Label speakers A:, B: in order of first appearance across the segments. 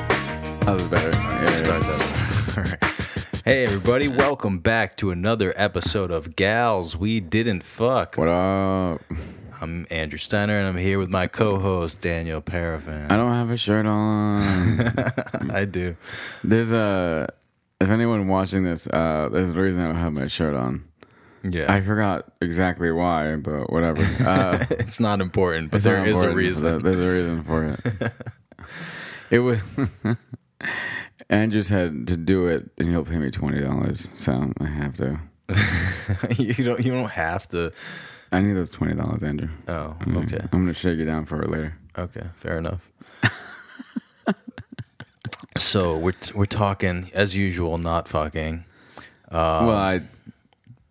A: That was Oh, better. Yeah,
B: Start that. All right. Hey everybody, welcome back to another episode of Gals We Didn't Fuck.
A: What up?
B: I'm Andrew Steiner and I'm here with my co-host Daniel
A: I
B: Parafan.
A: don't have a shirt on.
B: I do.
A: there's a. If anyone watching this, uh, there's a reason I don't have my shirt on.
B: Yeah.
A: I forgot exactly why, but whatever. Uh,
B: it's not important, but
A: it's not
B: there is a
A: important.
B: reason.
A: There's a reason for it. it was. Andrews had to do it, and he'll pay me twenty dollars, so I have to.
B: you don't you don't have to
A: I need those twenty dollars, Andrew.
B: Oh,
A: I'm gonna-
B: okay.
A: I'm gonna shake you down for it later.
B: Okay, fair enough. so we're we're talking as usual, not fucking.
A: well, I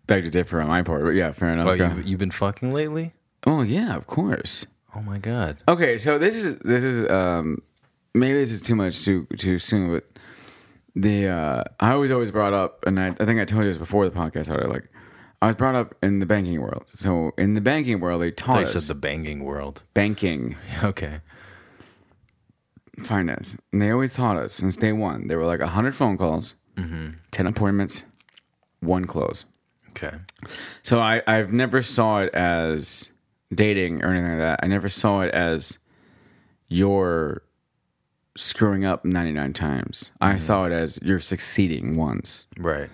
A: beg to differ on my part, but yeah, fair enough.
B: Uh, Well,
A: Go.
B: you, Oh, you've been fucking lately?
A: oh yeah, of course.
B: Oh my god.
A: Okay, so this is this is um maybe this is too much too too soon, but the uh I always always brought up and I, I think I told you this before the podcast started, like I was brought up in the banking world. So in the banking world they taught
B: I
A: us
B: said the banging world.
A: banking
B: Okay.
A: finance. And they always taught us since day one. There were like hundred phone calls,
B: Mm-hmm.
A: ten appointments, one close.
B: Okay.
A: So I, I've never saw it as dating or anything like that. I never saw it as you're screwing up 99 times. I saw it as you're succeeding once.
B: Right.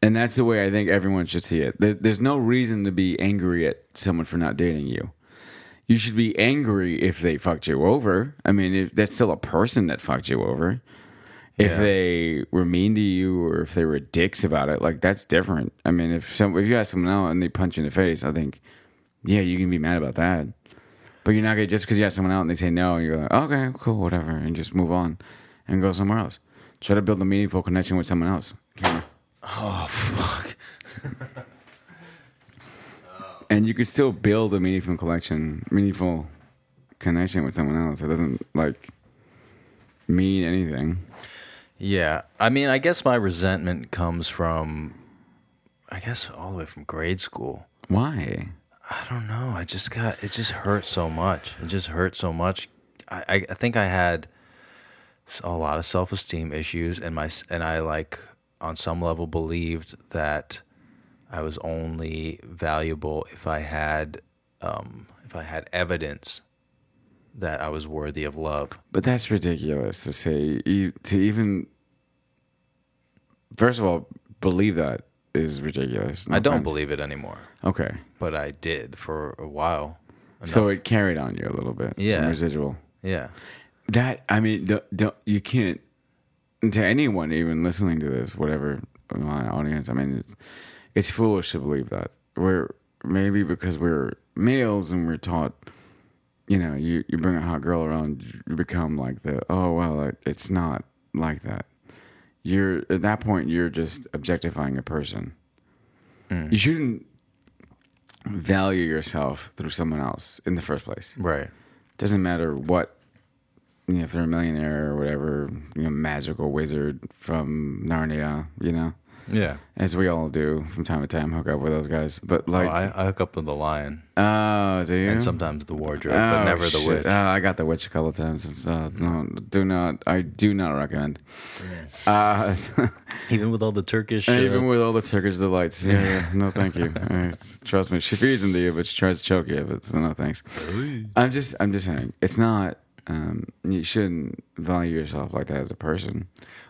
A: And that's the way I think everyone should see it. There, there's no reason to be angry at someone for not dating you. You should be angry if they fucked you over. I mean, if, that's still a person that fucked you over. If
B: Yeah.
A: they were mean to you or if they were dicks about it, like that's different. I mean, if some if you ask someone out and they punch you in the face, I think, yeah, you can be mad about that. But you're not gonna just because you ask someone out and they say no, you're like, okay, cool, whatever, and just move on and go somewhere else. Try to build a meaningful connection with someone else.
B: Oh fuck.
A: and you could still build a meaningful collection, meaningful connection with someone else. It doesn't like mean anything.
B: Yeah. I mean, I guess my resentment comes from I guess all the way from grade school.
A: Why?
B: I don't know. I just got it. Just hurt so much. It just hurt so much. I, I, I think I had s- a lot of self esteem issues, and my s- and I like on some level believed that I was only valuable if I had um, if I had evidence that I was worthy of love.
A: But that's ridiculous to say. You, to even first of all, believe that is ridiculous. No
B: I don't
A: offense.
B: believe it anymore,
A: Okay,
B: but I did for a while.
A: so it carried on you a little bit. some
B: Yeah.
A: residual.
B: Yeah,
A: That I mean, don't, don't you can't to anyone even listening to this, whatever my audience. I mean, it's it's foolish to believe that we're maybe because we're males and we're taught, you know, you you bring a hot girl around, you become like the oh well, it, it's not like that. You're at that point, you're just objectifying a person. You shouldn't value yourself through someone else in the first place
B: right.
A: doesn't matter what you know, if they're a millionaire or whatever, you know, magical wizard from Narnia, you know,
B: Yeah.
A: as we all do from time to time, hook up with those guys. But
B: Oh,
A: like,
B: I, I hook up with the lion
A: oh, do you?
B: and sometimes the wardrobe,
A: Oh,
B: but never the
A: shit.
B: witch.
A: Oh, I got the witch a couple of times. It's, uh, no, do not, I do not recommend. Uh,
B: Even with all the Turkish
A: And
B: shit.
A: even with all the Turkish delights, yeah, yeah, no, thank you. Uh, trust me, she feeds them to you, but she tries to choke you. But so no, thanks. I'm just, I'm just saying, it's not. Um, you shouldn't value yourself like that as a person.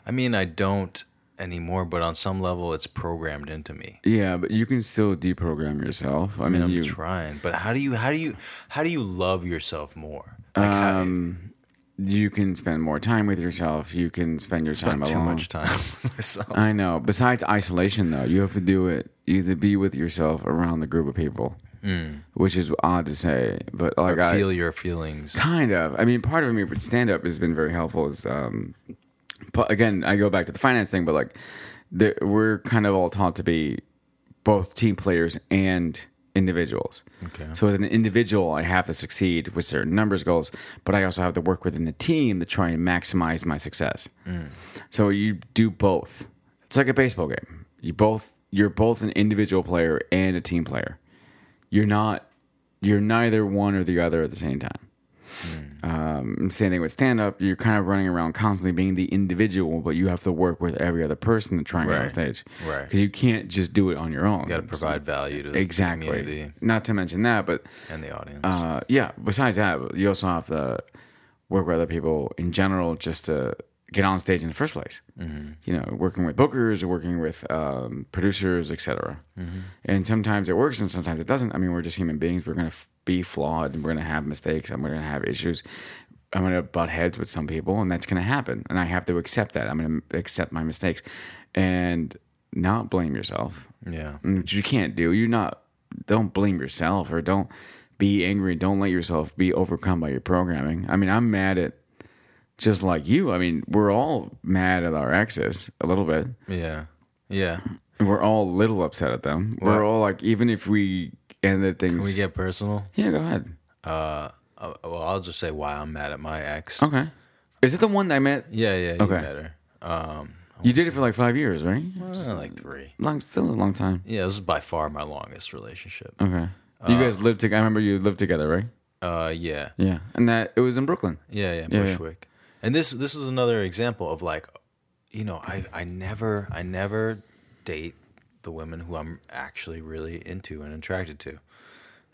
B: I mean, I don't anymore, but on some level, it's programmed into me.
A: Yeah, but you can still deprogram yourself. I
B: I mean,
A: mean,
B: I'm
A: you.
B: trying, but how do you, how do you, how do you love yourself more? Like, how,
A: um, you can spend more time with yourself. You can spend your
B: spend
A: time
B: too
A: alone.
B: much time with myself.
A: I know. Besides isolation, though, you have to do it. You have to be with yourself around the group of people, which is odd to say, but like I
B: Mm. Feel your feelings.
A: Kind of. I mean, part of me with stand up has been very helpful. Is um, but again, I go back to the finance thing, but like, there, we're kind of all taught to be both team players and individuals.
B: Okay.
A: So as an individual, I have to succeed with certain numbers goals, but I also have to work within the team to try and maximize my success.
B: Mm.
A: So you do both. It's like a baseball game. You both you're both an individual player and a team
B: Mm.
A: player. You're not you're neither one or the other at the same time. Um, same thing with stand up. You're kind of running around constantly being the individual, but you have to work with every other person to try and get on
B: Right.
A: stage.
B: Right.
A: Because you can't just do it on your own.
B: You got to provide value to the
A: exactly.
B: community
A: Not to mention that, but
B: and the audience.
A: uh, yeah. Besides that, you also have to work with other people in general just to get on stage in the first place. You know, working with bookers or working with um, producers, etc. And sometimes it works, and sometimes it doesn't. I mean, we're just human beings. We're gonna f- be flawed, and we're gonna have mistakes, and we're gonna have issues. I'm gonna butt heads with some people, and that's gonna happen. And I have to accept that. I'm gonna accept my mistakes, and not blame yourself
B: yeah.
A: which you can't do. You're not. Don't blame yourself or don't be angry. Don't let yourself be overcome by your programming. I mean, I'm mad at just like you. I mean, we're all mad at our exes a little bit.
B: Yeah. Yeah.
A: And We're all a little upset at them. We're
B: Well-
A: all like, even if we ended
B: Can
A: things.
B: we get personal?
A: yeah, go ahead.
B: Uh, uh, well, I'll just say why I'm mad at my ex.
A: Okay. Is it the one that I met?
B: Yeah, yeah, you
A: Okay.
B: met her. Um,
A: You did it for like five years, right?
B: uh, like three.
A: Long, still a long time.
B: Yeah, this is by far my longest relationship.
A: Okay. You guys lived together. I remember you lived together, right?
B: Uh, yeah,
A: Yeah. And that it was in Brooklyn.
B: yeah, yeah,
A: Yeah, yeah.
B: Bushwick. And this this is another example of like, you know, I I never I never date the women who I'm actually really into and attracted to,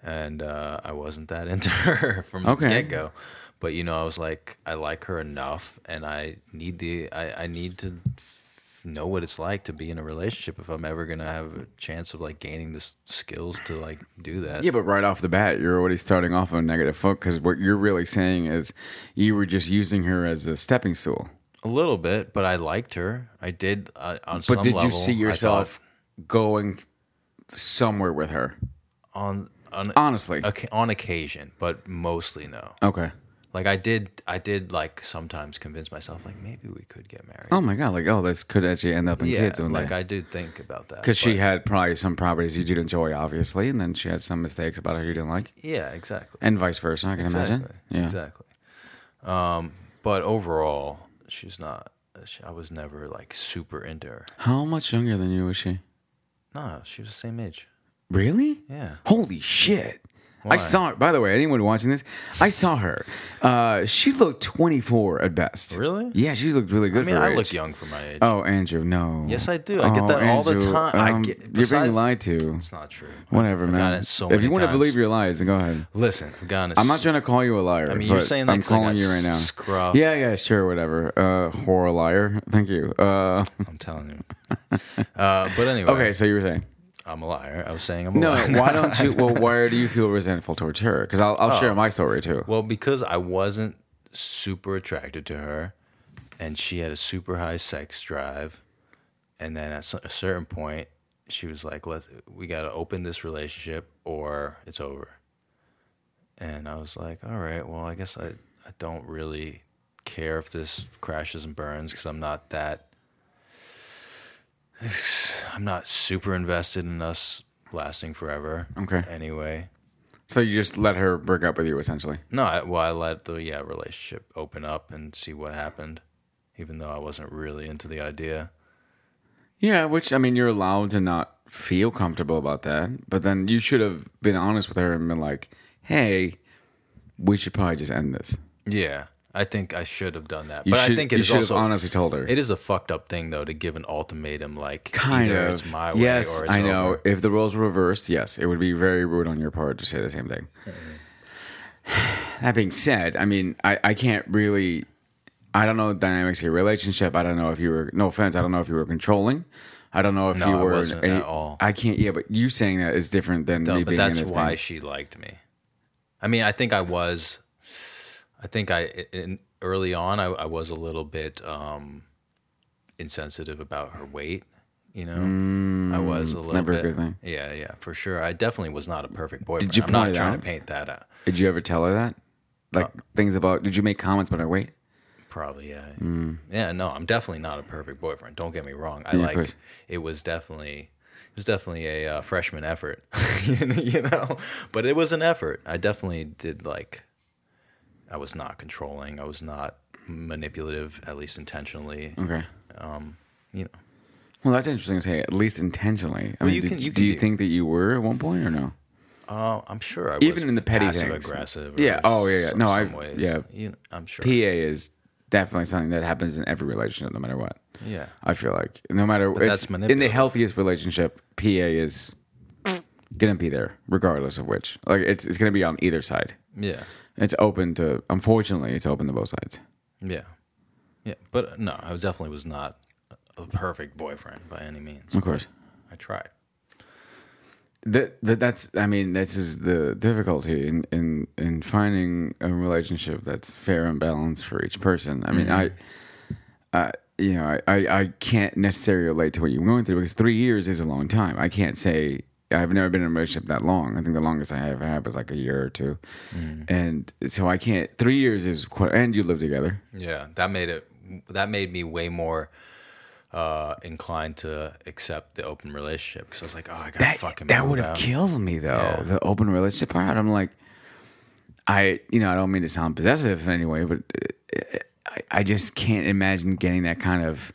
B: and uh, I wasn't that into her from the
A: Okay.
B: get go. But you know, I was like, I like her enough, and I need the I, I need to know what it's like to be in a relationship if I'm ever gonna have a chance of like gaining the s- skills to like do that.
A: Yeah, but right off the bat, you're already starting off on a negative foot because what you're really saying is you were just using her as a stepping stool.
B: A little bit, but I liked her. I did uh, on some
A: But did
B: level,
A: you see
B: I
A: yourself going somewhere with her?
B: thought on on
A: Honestly. Okay.
B: oca- on occasion, but mostly no. Like I did, I did like sometimes convince myself like maybe we could get married.
A: Oh my God. Like, oh, this could actually end up in
B: yeah,
A: kids.
B: like
A: Like
B: I did think about that
A: because she
B: but-
A: had probably some properties you did enjoy, obviously, and then she had some mistakes about her you didn't like,
B: yeah, exactly,
A: and vice versa. I can
B: exactly,
A: imagine. Yeah.
B: exactly. Um, but overall, she's not. She, I was never like super into her.
A: How much younger than you was she?
B: No, she was the same age.
A: Really?
B: Yeah.
A: Holy shit. I saw her. By the way, anyone watching this, I saw her. Uh, she looked 24 at best.
B: Really?
A: Yeah, she looked really good.
B: I mean,
A: for her
B: I look
A: age.
B: young for my age.
A: Oh, Andrew, no. Oh, um,
B: Yes, I do. I get that all the time. I get-
A: you're being
B: besides-
A: lied to.
B: It's not true.
A: Whatever,
B: I've
A: man.
B: Gotten it so
A: if
B: many
A: you want to
B: times.
A: believe your lies, then go ahead.
B: Listen, I've gotten it
A: I'm not trying to call you a liar. I
B: mean, you're saying that
A: I'm
B: 'cause I
A: calling
B: got
A: you right now.
B: scrubbed.
A: Yeah, yeah, sure, whatever. Uh, horror liar. Thank you. Uh,
B: I'm telling you. Uh, but anyway,
A: okay, so you were saying.
B: I'm a liar. I was saying I'm a
A: No,
B: liar.
A: why don't you? Well, why do you feel resentful towards her? Because I'll,
B: Oh.
A: I'll share my story too.
B: Well, because I wasn't super attracted to her, and she had a super high sex drive, and then at so- a certain point, she was like, "Let's we got to open this relationship, or it's over." And I was like, "All right, well, I guess I I don't really care if this crashes and burns because I'm not that." I'm not super invested in us lasting forever.
A: Okay.
B: Anyway,
A: So you just let her break up with you, essentially.
B: no, I, well, I let the yeah relationship open up and see what happened, even though I wasn't really into the idea.
A: Yeah, which I mean, you're allowed to not feel comfortable about that, but then you should have been honest with her and been like, "Hey, we should probably just end this."
B: Yeah, I think I should have done that,
A: You
B: but
A: should,
B: I think
A: you
B: it is
A: should
B: also
A: have honestly told her.
B: it is a fucked up thing though to give an ultimatum like
A: kind
B: either
A: of.
B: it's my way
A: yes,
B: or it's
A: I know.
B: over.
A: If the roles were reversed, yes, it would be very rude on your part to say the same thing. that being said, I mean, I, I can't really. I don't know the dynamics of your relationship. I don't know if you were. No offense. I don't know if you were controlling. I don't know if
B: No,
A: you
B: I
A: were
B: wasn't at all.
A: I can't. Yeah, but you saying that is different than
B: No,
A: me
B: but
A: being
B: that's
A: in the
B: why
A: thing.
B: she liked me. I mean, I think I was, I think I in, early on I, I was a little bit um, insensitive about her weight. You know, I was a little
A: Mm, never a
B: bit.
A: good thing.
B: Yeah, yeah, for sure. I definitely was not a perfect boyfriend.
A: you
B: I'm not
A: point it
B: trying
A: out?
B: to paint that out.
A: Did you ever tell her that? Like
B: Uh,
A: things about? Did you make comments about her weight?
B: Probably, yeah.
A: Mm.
B: Yeah, no, I'm definitely not a perfect boyfriend. Don't get me wrong. I
A: Yeah, of
B: like
A: course.
B: it was definitely it was definitely a uh, freshman effort, you know. But it was an effort. I definitely did like. I was not controlling. I was not manipulative, at least intentionally.
A: Okay.
B: You know,
A: Well, that's interesting to say. At least intentionally. I mean,
B: you
A: did-
B: can- you
A: do
B: can
A: you
B: do-
A: think that you were at one point or no?
B: Uh, I'm sure I was
A: Even in the petty
B: passive
A: things.
B: aggressive.
A: Yeah, oh, yeah, yeah.
B: some-
A: No,
B: some
A: I've-
B: ways.
A: yeah.
B: You know, I'm sure.
A: PA is definitely something that happens in every relationship, no matter what.
B: yeah,
A: I feel like no matter it's-
B: that's
A: in the
B: manipulative.
A: healthiest relationship, PA is gonna be there regardless of which. Like it's it's gonna be on either side.
B: yeah,
A: It's open to unfortunately it's open to both sides.
B: yeah, yeah. But uh, no, I was definitely was not a perfect boyfriend by any means.
A: Of course.
B: I tried.
A: That, that that's I mean this is the difficulty in, in in finding a relationship that's fair and balanced for each person. I mean I, I you know I, I I can't necessarily relate to what you're going through because three years is a long time. I can't say I've never been in a relationship that long. I think the longest I ever had was like a year or two, and so I can't. Three years is quite, and you live together.
B: Yeah, that made it. That made me way more uh, inclined to accept the open relationship because I was like, oh, I gotta fucking.
A: that
B: move
A: would have
B: out.
A: killed me though.
B: Yeah.
A: The open relationship part. I'm like, I you know I don't mean to sound possessive in any way, but uh, I, I just can't imagine getting that kind of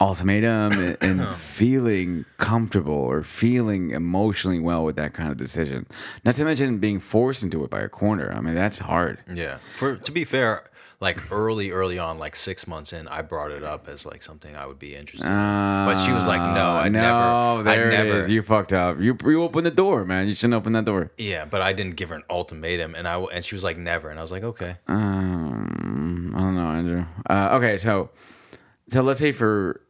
A: ultimatum and, and feeling comfortable or feeling emotionally well with that kind of decision. Not to mention being forced into it by a corner. I mean that's hard.
B: Yeah. For to be fair, like early, early on, like six months in, I brought it up as like something I would be interested. in. But she was like, "No, I
A: Ah, Uh, no,
B: never,
A: there
B: I
A: it
B: never."
A: is. You fucked up. You you opened the door, man. You shouldn't open that door.
B: yeah, but I didn't give her an ultimatum, and I w- and she was like, "Never," and I was like, "Okay."
A: Um, I don't know, Andrew. Uh, okay, so so let's say for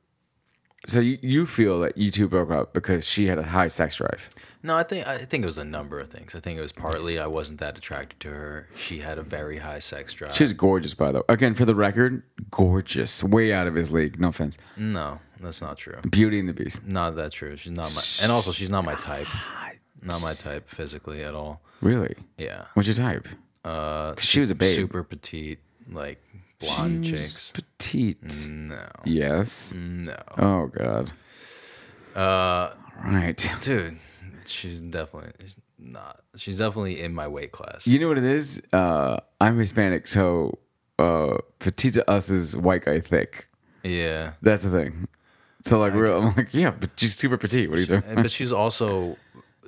A: so you, you feel that you two broke up because she had a high sex drive.
B: No, I think I think it was a number of things. I think it was partly I wasn't that attracted to her. She had a very high sex drive.
A: She was gorgeous, by the way. Again, for the record, gorgeous, way out of his league. No offense.
B: no, that's not true.
A: Beauty and the Beast.
B: Not that true. She's not my, and also she's not my type. Not my type physically at all.
A: Really?
B: Yeah,
A: What's your type?
B: uh,
A: 'Cause she was a babe.
B: super petite, like blonde
A: She was
B: chicks. Mm.
A: Petite.
B: No,
A: Yes.
B: no.
A: Oh God.
B: Uh,
A: All Right.
B: dude, she's definitely she's not. She's definitely in my weight class.
A: You know what it is? Uh, I'm Hispanic, so uh, petite to us is white guy thick.
B: Yeah,
A: That's the thing. So like, real, I'm like, yeah, but she's super petite. What are you doing?
B: And- but she's also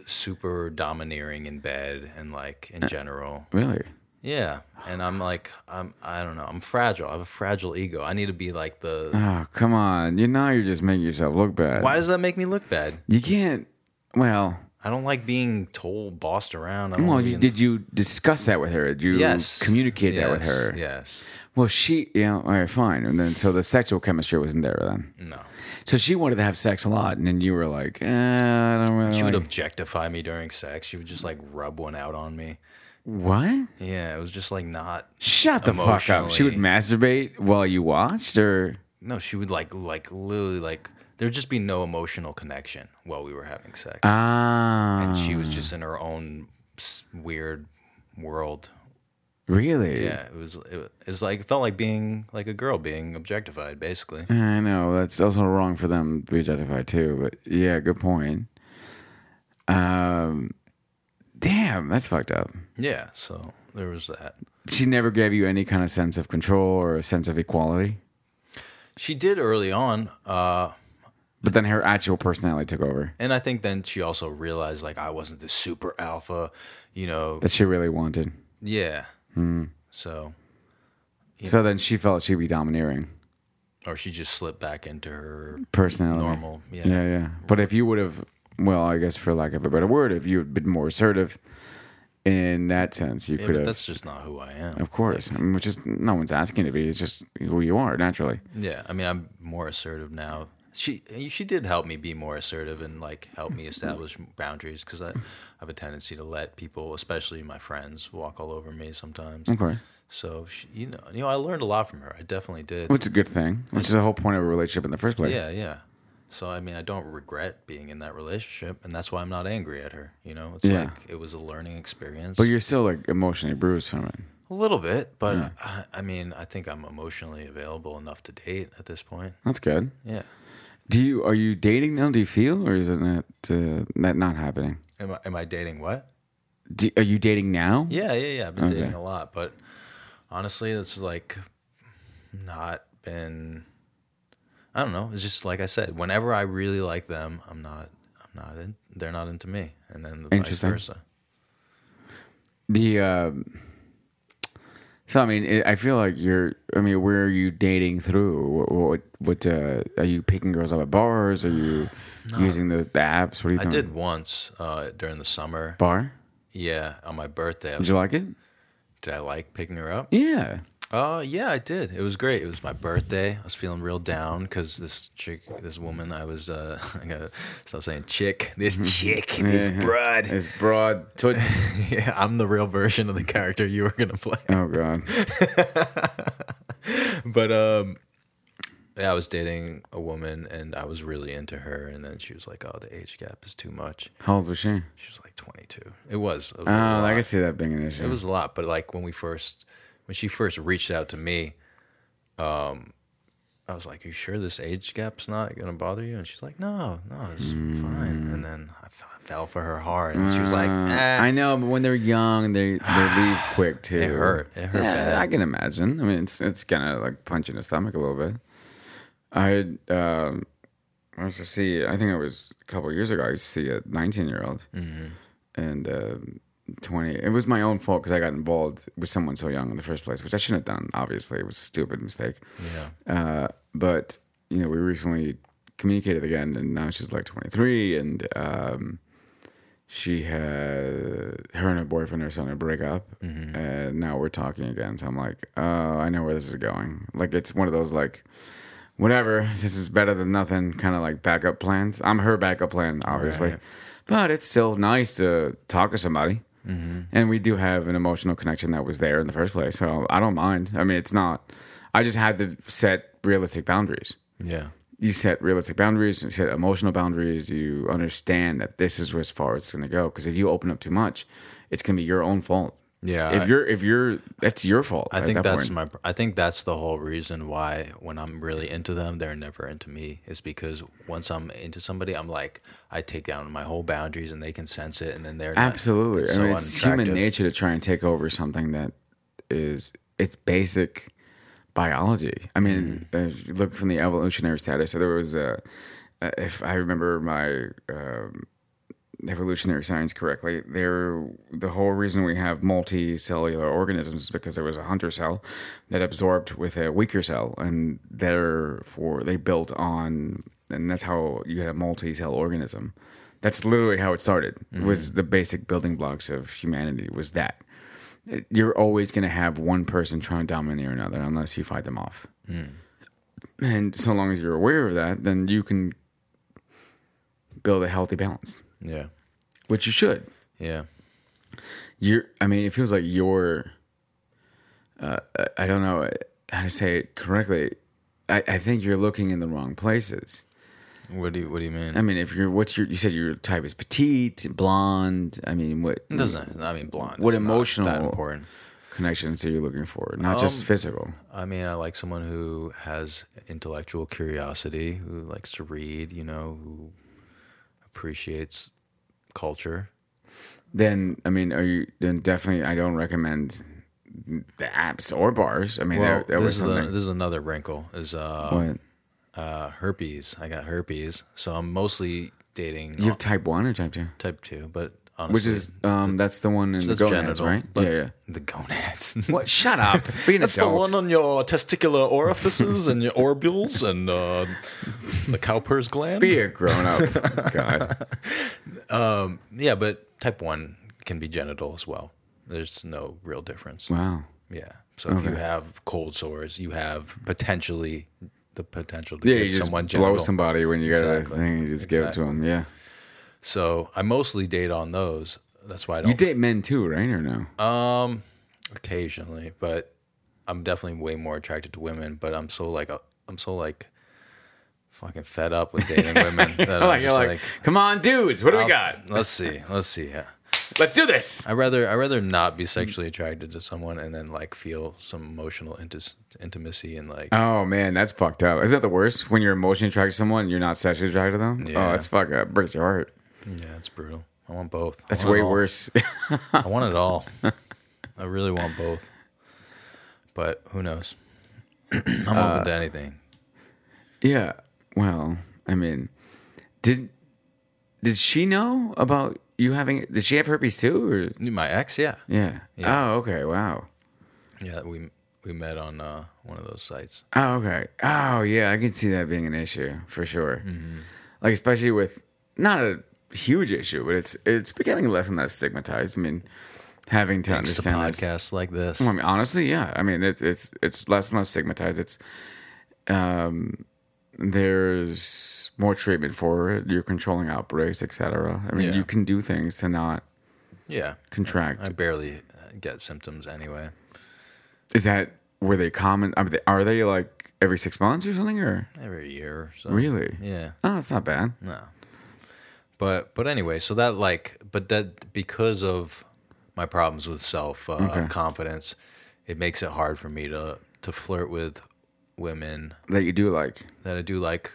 B: super domineering in bed and like in general.
A: Really?
B: Yeah, and I'm like, I'm I don't know. I'm fragile. I have a fragile ego. I need to be like the.
A: Oh, come on. You now you're just making yourself look bad.
B: Why does that make me look bad?
A: You can't. Well,
B: I don't like being told, bossed around. I don't
A: well,
B: wanna be
A: you,
B: in-
A: did you discuss that with her? Did you
B: yes
A: communicate that with
B: yes,
A: her?
B: Yes.
A: Well, she, yeah, all right, fine. And then so the sexual chemistry wasn't there then.
B: No.
A: So she wanted to have sex a lot, and then you were like, eh, I don't really.
B: She would
A: like-
B: objectify me during sex. She would just like rub one out on me.
A: what?
B: Yeah, it was just like not.
A: Shut the fuck up. She would masturbate while you watched, or
B: No, she would like like literally like there'd just be no emotional connection while we were having sex,
A: ah,
B: and she was just in her own s- weird world.
A: really?
B: Yeah, it was it, was- it was like it felt like being like a girl being objectified basically.
A: I know that's also wrong for them to be justified too, but yeah, good point. Um, damn, that's fucked up.
B: Yeah, so there was that.
A: She never gave you any kind of sense of control or a sense of equality,
B: She did early on, uh,
A: but then her actual personality took over
B: and I think then she also realized like I wasn't the super alpha, you know.
A: that she really wanted.
B: Yeah.
A: Hmm.
B: So,
A: So then she felt she'd be domineering
B: or she just slipped back into her
A: personality.
B: normal. Yeah.
A: Yeah, yeah. But if you would have, well, I guess for lack of a better word, if you had been more assertive in that sense, you
B: Yeah,
A: could
B: but
A: have.
B: that's just not who I am.
A: Of course, I mean, which is no one's asking to be. It's just who you are naturally.
B: Yeah, I mean, I'm more assertive now. She she did help me be more assertive and like help me establish boundaries because I have a tendency to let people, especially my friends, walk all over me sometimes.
A: Okay.
B: So she, you know, you know, I learned a lot from her. I definitely did.
A: Which is a good thing, which is the whole point of a relationship in the first place.
B: Yeah, yeah. So I mean, I don't regret being in that relationship, and that's why I'm not angry at her. You know, it's
A: Yeah.
B: like it was a learning experience.
A: But you're still like emotionally bruised from it.
B: a little bit, but I, I mean, I think I'm emotionally available enough to date at this point.
A: That's good.
B: Yeah.
A: Do you are you dating now? Do you feel, or is it not uh, that not happening?
B: Am I, am I dating what?
A: Do, are you dating now?
B: Yeah, yeah, yeah. I've been
A: Okay.
B: dating a lot, but honestly, this is like not been. I don't know. It's just like I said. Whenever I really like them, I'm not. I'm not in. They're not into me, and then vice
A: Interesting.
B: versa.
A: The um so I mean, it, I feel like you're. I mean, where are you dating through? What what, what uh, are you picking girls up at bars? Are you using the, the apps? What do you
B: I
A: think?
B: did once uh, during the summer.
A: bar.
B: Yeah, on my birthday. I
A: Did
B: was,
A: you like it?
B: did I like picking her up?
A: Yeah.
B: Uh, yeah, I did. It was great. It was my birthday. I was feeling real down because this chick, this woman, I was, uh, I gotta stop saying chick. This chick, this
A: Mm-hmm. Yeah.
B: broad.
A: It's broad toots.
B: yeah, I'm the real version of the character you were gonna play.
A: oh god.
B: But um, yeah, I was dating a woman and I was really into her, and then she was like, "Oh, the age gap is too much."
A: How old was she?
B: She was like 22. It was. It was a
A: Oh, I
B: lot.
A: can see that being an issue.
B: It was a lot, but like when we first, when she first reached out to me, um, I was like, "You sure this age gap's not gonna bother you?" And she's like, "No, no, it's fine." And then I f- I fell for her hard, and she was like,
A: Hmm. Uh,
B: eh.
A: I know, but when they're young, they they leave quick too.
B: It hurt. It hurt
A: Yeah,
B: bad.
A: I can imagine. I mean, it's it's kind of like punching the stomach a little bit. I had, um, I used to see. I think it was a couple of years ago. I used to see a 19 year old and uh, 20. It was my own fault because I got involved with someone so young in the first place, which I shouldn't have done. Obviously, it was a stupid mistake. Uh, but you know, we recently communicated again, and now she's like 23, and um, she had her and her boyfriend are starting to break up, and now we're talking again. So I'm like, oh, I know where this is going. Like it's one of those like. Whatever, this is better than nothing. Kind of like backup plans. I'm her backup plan, obviously,
B: Right.
A: but it's still nice to talk to somebody, and we do have an emotional connection that was there in the first place. So I don't mind. I mean, it's not. I just had to set realistic boundaries
B: yeah,
A: you set realistic boundaries, you set emotional boundaries, you understand that this is as far it's going to go. Because if you open up too much, it's going to be your own fault.
B: yeah.
A: If
B: I-
A: you're, if you're, that's your fault.
B: I think that's my. I think that's the whole reason why when I'm really into them, they're never into me. Is because once I'm into somebody, I'm like I take down my whole boundaries, and they can sense it, and then they're not-
A: absolutely.
B: it's
A: I
B: so
A: mean, it's human
B: unattractive.
A: nature to try and take over something that is it's basic biology. I mean, if
B: Mm.
A: you look from the evolutionary status. So there was a, uh, if I remember my um, evolutionary science correctly, there the whole reason we have multicellular organisms is because there was a hunter cell that absorbed with a weaker cell, and therefore they built on, and that's how you had a multi-cell organism. That's literally how it started. Was the basic building blocks of humanity was that you're always going to have one person trying to dominate another unless you fight them off. And so long as you're aware of that, then you can build a healthy balance,
B: Yeah,
A: which you should.
B: yeah,
A: You're, I mean, it feels like you're, uh, I I don't know how to say it correctly. I, I think you're looking in the wrong places.
B: What do you What do you mean?
A: I mean, if you're, what's your, you said your type is petite, blonde. I mean, what
B: It doesn't. I mean, blonde.
A: What
B: it's not
A: emotional-
B: that important?
A: connections are you looking for? Not just
B: Um,
A: physical.
B: I mean, I like someone who has intellectual curiosity, who likes to read, you know, who appreciates culture.
A: then I mean, are you then definitely? I don't recommend the apps or bars. I mean,
B: Well,
A: there, there
B: this
A: was
B: is a,
A: something.
B: this is another wrinkle. Is uh,
A: what,
B: uh, herpes. I got herpes, so I'm mostly dating
A: you have type one or type two,
B: type two, but honestly,
A: which is um, that's the one in the
B: that's
A: gonads,
B: genital,
A: right?
B: but
A: Yeah, yeah.
B: the gonads.
A: What? Shut up. Be an
B: That's the
A: adult.
B: one on your testicular orifices and your orbules and uh, the Cowper's gland.
A: Be a grown up. God.
B: Yeah, but type one can be genital as well. There's no real difference.
A: Wow.
B: Yeah. So if you have cold sores, you have potentially the potential to
A: Yeah,
B: give
A: you just
B: someone
A: blow
B: genital.
A: somebody when you got
B: Exactly.
A: a thing. You just give it to them. Yeah.
B: So I mostly date on those. That's why I
A: You
B: don't
A: date men too, right? Or no?
B: Um, occasionally, but I'm definitely way more attracted to women. But I'm so like a- I'm so like fucking fed up with dating women that I'm
A: like
B: just
A: you're like,
B: like,
A: come on, dudes. What do we
B: I'll-
A: got?
B: Let's see, let's see. Yeah,
A: Let's do this.
B: I rather I rather not
A: Mm-hmm.
B: be sexually attracted to someone and then like feel some emotional intis- intimacy and like
A: Oh man, that's fucked up. Isn't that the worst? When you're emotionally attracted to someone, and you're not sexually attracted to them. Oh,
B: Yeah.
A: that's fucked up. Breaks your heart.
B: yeah, it's brutal. I want both. I
A: That's
B: want
A: way
B: it all.
A: worse.
B: I want it all. I really want both. But who knows? I'm
A: Uh,
B: open to anything.
A: yeah. Well, I mean, did Did she know about you having? Did she have herpes too? Or
B: My ex, yeah,
A: yeah.
B: Yeah.
A: Oh, okay. Wow.
B: yeah. We we met on uh, one of those sites.
A: Oh, okay. Oh, yeah. I can see that being an issue for sure.
B: Mm-hmm.
A: Like especially with not a huge issue, but it's it's becoming less and less stigmatized. I mean, having to
B: Thanks to
A: understand this-
B: podcasts like this.
A: I mean, honestly, yeah. I mean, it's it's it's less and less stigmatized. It's um, there's more treatment for it. You're controlling outbreaks, etc. I mean,
B: Yeah.
A: you can do things to not
B: Yeah,
A: contract.
B: I barely uh, get symptoms anyway.
A: Is that were they common? I mean, are they like every six months or something? Or
B: Every year or so.
A: Really?
B: Yeah.
A: oh, it's not bad.
B: No. But but anyway, so that like but that because of my problems with self uh,
A: Okay.
B: confidence, it makes it hard for me to to flirt with women
A: That you do like.
B: that I do like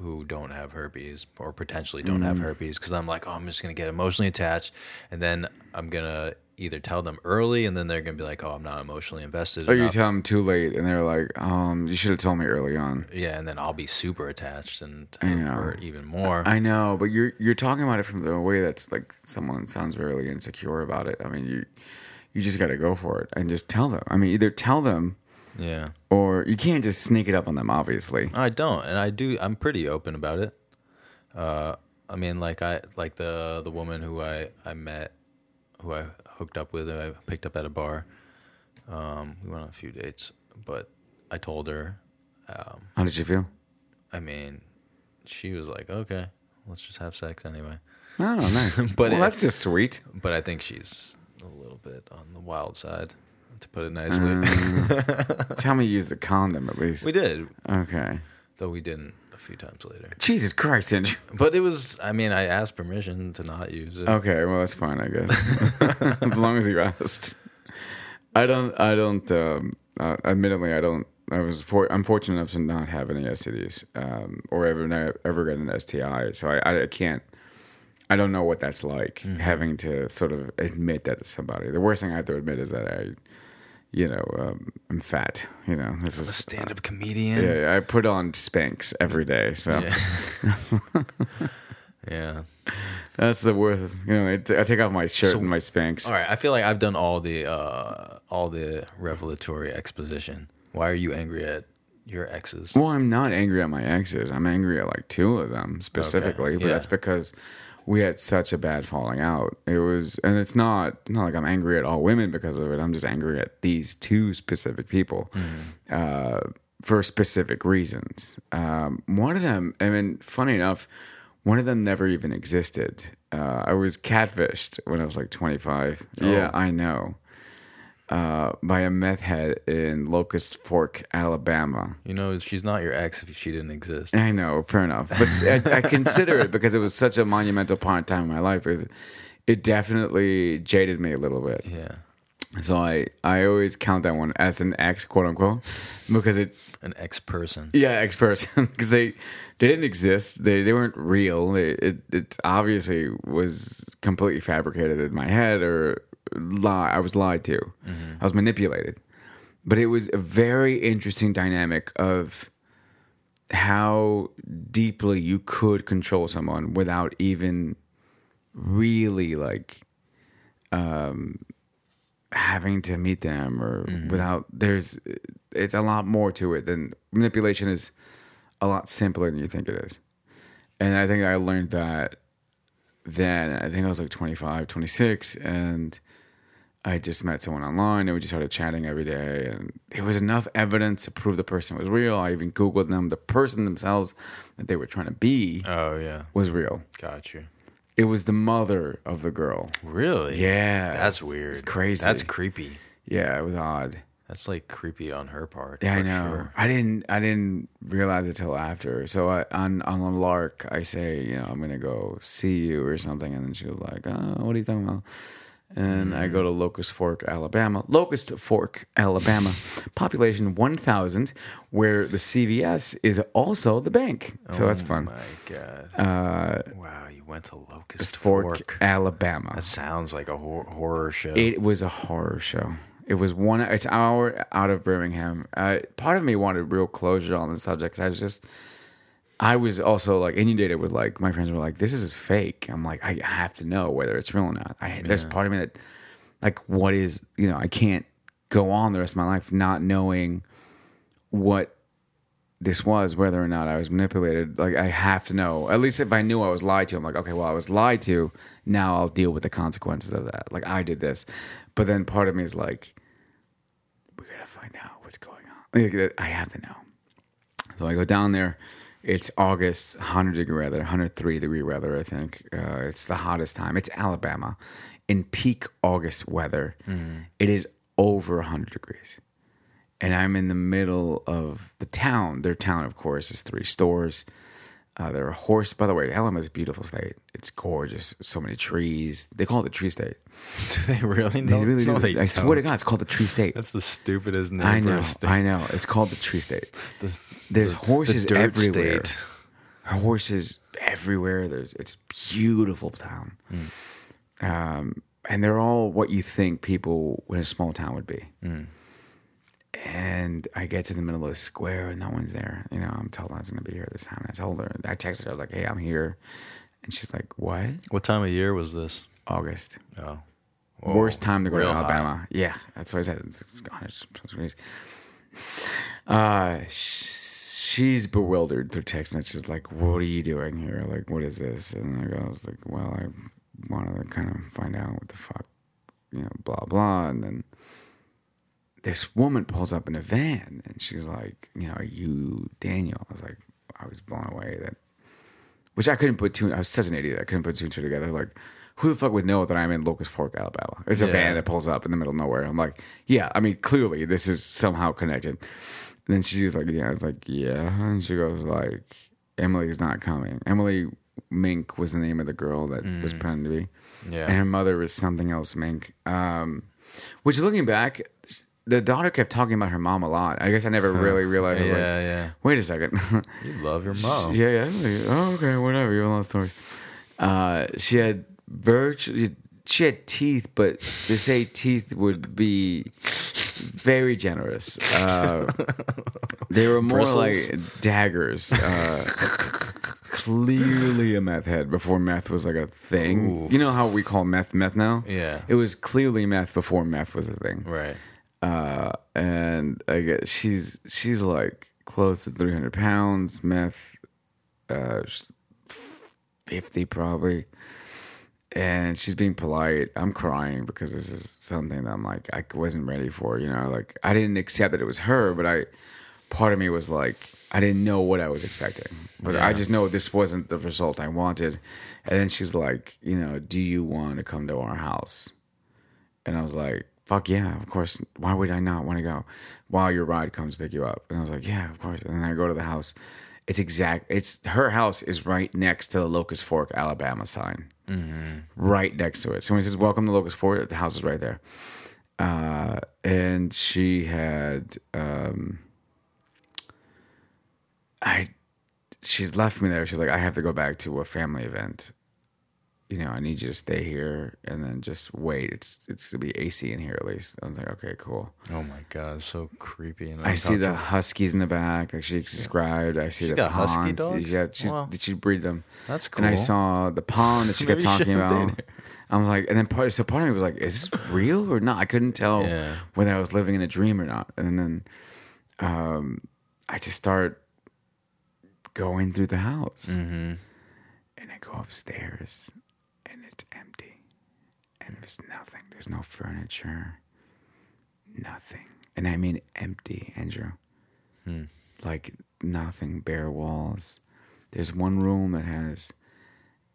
B: who don't have herpes or potentially don't
A: Mm.
B: have herpes because I'm like, oh, I'm just gonna get emotionally attached, and then I'm gonna either tell them early, and then they're gonna be like, oh, I'm not emotionally invested.
A: Or you
B: enough.
A: tell them too late, and they're like, um, you should have told me early on.
B: yeah, and then I'll be super attached and
A: know.
B: or even more.
A: I know, but you're you're talking about it from the way that's like someone sounds really insecure about it. I mean, you you just got to go for it and just tell them. I mean, either tell them
B: yeah,
A: or you can't just sneak it up on them. Obviously,
B: I don't, and I do. I'm pretty open about it. Uh, I mean, like I like the the woman who I I met, who I hooked up with, who I picked up at a bar. Um, we went on a few dates, but I told her. Um,
A: how did you feel?
B: I mean, she was like, "Okay, let's just have sex anyway."
A: Oh, nice.
B: But
A: well, that's
B: if-
A: just sweet.
B: But I think she's a little bit on the wild side, to put it nicely.
A: Tell me you used the condom at least.
B: we did,
A: Okay.
B: though we didn't a few times later.
A: Jesus Christ, Andrew.
B: But it was, I mean, I asked permission to not use it.
A: Okay, well that's fine, I guess. as long as you asked. I don't. I don't. Um, uh, admittedly, I don't. I was. For, I'm fortunate enough to not have any STDs um, or ever ever get an STI. So I, I can't. I don't know what that's like
B: Mm-hmm.
A: having to sort of admit that to somebody. The worst thing I have to admit is that I, you know, um, I'm fat. You know, this
B: A
A: is.
B: stand-up comedian.
A: Yeah, yeah, I put on Spanx every day, so
B: Yeah.
A: that's the worst. You know, I t- I take off my shirt
B: So-
A: and my Spanx.
B: All right. I feel like I've done all the uh, all the revelatory exposition. Why are you angry at your exes?
A: Well, I'm not angry at my exes. I'm angry at like two of them specifically, but
B: yeah.
A: that's because we had such a bad falling out. It was, and it's not not like I'm angry at all women because of it. I'm just angry at these two specific people uh, for specific reasons. Um, one of them, I mean, funny enough, one of them never even existed. Uh, I was catfished when I was like 25. Yeah, I know. Uh, by a meth head in Locust Fork, Alabama.
B: You know, she's not your ex if she didn't exist.
A: I know, fair enough. But I, I consider it because it was such a monumental part in time in my life. Because it definitely jaded me a little bit.
B: Yeah.
A: So I, I always count that one as an ex, quote unquote, because it,
B: An ex person.
A: yeah, ex person, because they, they didn't exist. They, they weren't real. They, it, it obviously was completely fabricated in my head or lie. I was lied to. I was manipulated. But it was a very interesting dynamic of how deeply you could control someone without even really like um having to meet them or without there's it's a lot more to it than manipulation is a lot simpler than you think it is and i think i learned that then i think i was like 25 26 and i just met someone online and we just started chatting every day and there was enough evidence to prove the person was real i even googled them the person themselves that they were trying to be
B: Oh yeah.
A: was real
B: Got you.
A: it was the mother of the girl
B: Really?
A: yeah
B: That's
A: it's-
B: weird.
A: it's crazy
B: That's creepy.
A: yeah it was odd
B: That's like creepy on her part.
A: Yeah, I
B: for
A: know.
B: sure.
A: I didn't. I didn't realize it till after. So I, on on a lark, I say, you know, I'm gonna go see you or something, and then she was like, oh, "What are you talking about?" And I
B: Mm.
A: go to Locust Fork, Alabama. Locust Fork, Alabama, population 1,000, where the CVS is also the bank. So that's fun.
B: Oh My God. Uh, wow. You went to Locust Fork.
A: Fork, Alabama.
B: That sounds like a hor- horror show.
A: It was a horror show. It was one. It's an hour out of Birmingham. Uh, part of me wanted real closure on the subject. 'cause I was just, I was also like inundated with like my friends were like, "This is fake." I'm like, I have to know whether it's real or not. I, There's part of me that, like, what is you know, I can't go on the rest of my life not knowing what this was, whether or not I was manipulated. Like, I have to know. At least if I knew I was lied to, I'm like, okay, well, I was lied to. Now I'll deal with the consequences of that. Like, I did this, but then part of me is like, we gotta find out what's going on. Like, I have to know. So I go down there. It's August, 100 degree weather, 103 degree weather, I think. Uh, it's the hottest time. It's Alabama in peak August weather. it is over 100 degrees. And I'm in the middle of the town. Their town, of course, is three stores. Uh, there are horse. By the way, Alabama is a beautiful state. It's gorgeous. So many trees. They call it the tree state.
B: Do they really?
A: They
B: No,
A: really
B: no,
A: do.
B: they
A: I swear to
B: don't.
A: God, it's called the tree state.
B: That's the stupidest name
A: I
B: for a
A: know.
B: state.
A: I know. It's called the tree state.
B: The-
A: There's
B: the- the
A: horses
B: dirt
A: everywhere.
B: state.
A: Horses everywhere. There's it's beautiful town, um, and they're all what you think people in a small town would be. And I get to the middle of the square and no one's there. You know, I'm told I was going to be here this time. And I told her, I texted her, I was like, "Hey, I'm here," and she's like, "What?"
B: What time of year was this?
A: August.
B: Oh,
A: Worst time to go to
B: real hot.
A: Alabama. Yeah, that's what I said. It's, it's gone. It's- it's crazy. Uh, sh- she's bewildered through text messages. Like, what are you doing here? Like, what is this? And I go- I was like, well, I wanted to kind of find out what the fuck, you know, blah blah. And then this woman pulls up in a van, and she's like, you know, are you Daniel? I was like, I was blown away that which I couldn't put two. I was such an idiot. I couldn't put two and two together. Like, who the fuck would know that I'm in Locust Fork, Alabama? It's a
B: Yeah.
A: van that pulls up in the middle of nowhere. I'm like, yeah. I mean, clearly this is somehow connected. And then she's like, yeah. I was like, yeah. And she goes like, Emily's not coming. Emily Mink was the name of the girl that was pretending to be,
B: Yeah.
A: and her mother was something else Mink. Um, which looking back. The daughter kept talking about her mom a lot. I guess I never really realized. like,
B: Yeah, yeah.
A: Wait a second.
B: You love your mom.
A: Yeah, yeah. like, oh, okay, whatever. You lost story. Uh, she had virtually she had teeth, but to say teeth would be very generous. Uh, they were more
B: Bristles?
A: like daggers. Uh, clearly a meth head before meth was like a thing. You know how we call meth meth now?
B: Yeah.
A: It was clearly meth before meth was a thing
B: Right.
A: uh, and I guess she's she's like close to three hundred pounds, meth, uh, she's fifty probably, and she's being polite. I'm crying because this is something that I'm like I wasn't ready for. You know, like I didn't accept that it was her, but I part of me was like I didn't know what I was expecting, but I
B: Yeah.
A: just know this wasn't the result I wanted. And then she's like, you know, do you want to come to our house? And I was like, fuck yeah, of course. Why would I not want to go? While your ride comes pick you up. And I was like, yeah, of course. And then I go to the house. It's exact. It's her house is right next to the Locust Fork, Alabama sign, right next to it. So when he says "Welcome to Locust Fork," the house is right there. Uh, and she had, um, I, she's left me there. She's like, I have to go back to a family event you know, I need you to stay here and then just wait. It's it's gonna be AC in here at least. I was like, okay, cool.
B: Oh my god, it's so creepy. And
A: I see the
B: uncomfortable.
A: huskies in the back, like she described. I see the
B: got
A: pond.
B: husky dogs?
A: Yeah, she's,
B: Wow.
A: did she breed them?
B: That's
A: And I
B: cool.
A: saw the pond that she kept
B: Maybe you
A: talking
B: shouldn't
A: about.
B: date
A: I was like, and then part so part of me was like, is this real or not? I couldn't tell
B: Yeah.
A: whether I was living in a dream or not. And then um, I just start going through the house,
B: Mm-hmm.
A: and I go upstairs, and it's empty, and there's nothing. There's no furniture, nothing, and I mean empty, Andrew like nothing, bare walls. There's one room that has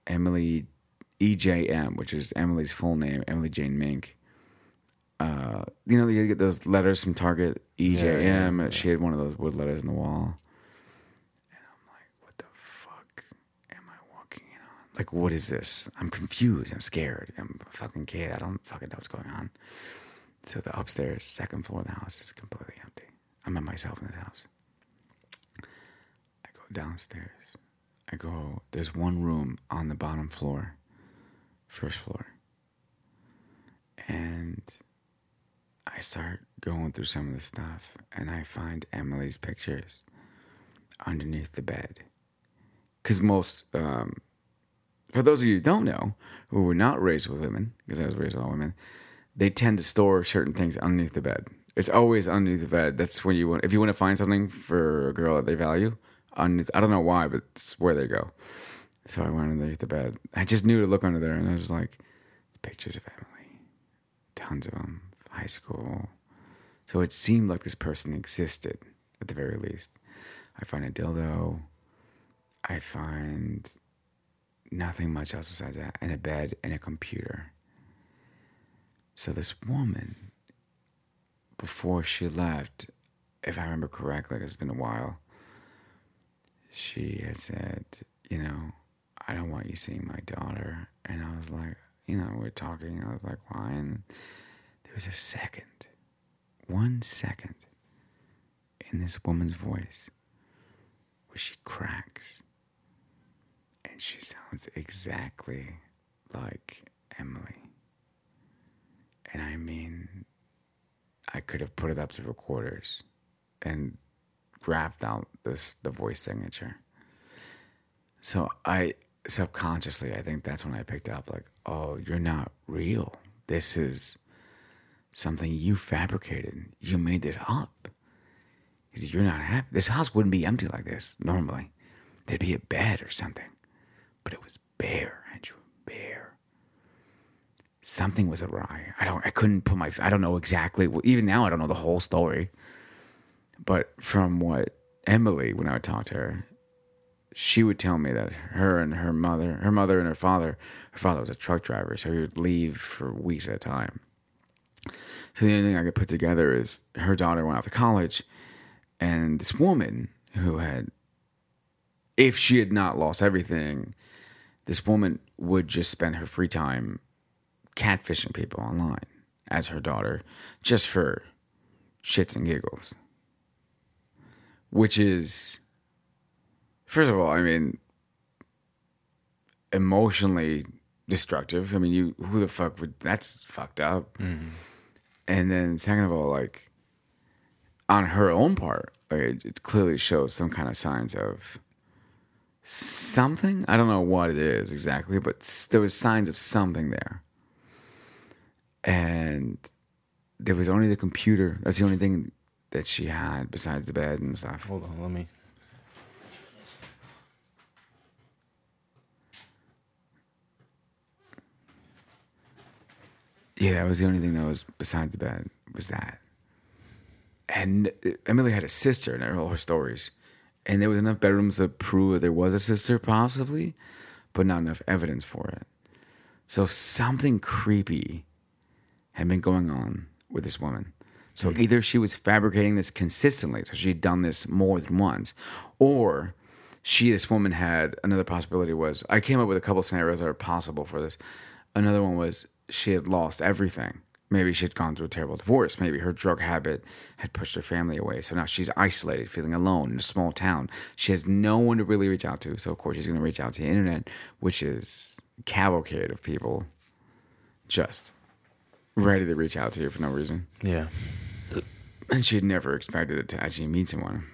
A: Emily EJM, which is Emily's full name, Emily Jane Mink. Uh, you know, you get those letters from Target, E EJM. She had one of those wood letters in the wall. And I'm like, what the fuck am I walking in on? Like, what is this? I'm confused. I'm scared. I'm a fucking kid. I don't fucking know what's going on. So the upstairs, second floor of the house is completely empty. I'm by myself in this house. I go downstairs. I go, there's one room on the bottom floor, first floor. And I start going through some of the stuff and I find Emily's pictures underneath the bed. because most um, for those of you who don't know who were not raised with women because I was raised with all women, they tend to store certain things underneath the bed. It's always underneath the bed. That's when you want if you want to find something for a girl that they value. Underneath, I don't know why, but it's where they go. So I went underneath the bed. I just knew to look under there, and I was like, pictures of Emily, tons of them, high school. So it seemed like this person existed at the very least. I find a dildo. I find nothing much else besides that, and a bed and a computer. So this woman, before she left, if I remember correctly, it's been a while, she had said, you know, I don't want you seeing my daughter. And I was like, you know, we are talking. I was like, why? And there was a second, one second in this woman's voice where she cracks and she sounds exactly like Emily. And I mean, I could have put it up to recorders and graphed out this the voice signature. So I subconsciously, I think that's when I picked up like, oh, you're not real. This is something you fabricated. You made this up. Because you're not happy. This house wouldn't be empty like this normally. There'd be a bed or something. But it was bare, Andrew, bare. Something was awry. I don't. I couldn't put my. I don't know exactly. Even now, I don't know the whole story. But from what Emily, when I would talk to her, she would tell me that her and her mother, her mother and her father, her father was a truck driver, so he would leave for weeks at a time. So the only thing I could put together is her daughter went off to college, and this woman who had, if she had not lost everything, this woman would just spend her free time catfishing people online as her daughter, just for shits and giggles, which is first of all, I mean, emotionally destructive. I mean, you who the fuck would that's fucked up. Mm-hmm. And then second of all, like on her own part, like it, it clearly shows some kind of signs of something. I don't know what it is exactly, but there was signs of something there. And there was only the computer. That's the only thing that she had besides the bed and stuff.
B: Hold on, let me
A: Yeah, that was the only thing that was beside the bed was that. And Emily had a sister in all her stories, and there was enough bedrooms to prove that there was a sister, possibly, but not enough evidence for it. So something creepy had been going on with this woman. So mm-hmm. either she was fabricating this consistently, so she'd done this more than once, or she, this woman, had another possibility was I came up with a couple scenarios that are possible for this. Another one was she had lost everything. Maybe she had gone through a terrible divorce. Maybe her drug habit had pushed her family away. So now she's isolated, feeling alone in a small town. She has no one to really reach out to. So, of course, she's going to reach out to the internet, which is cavalcade of people just ready to reach out to you for no reason.
B: Yeah.
A: And she had never expected it to actually meet someone.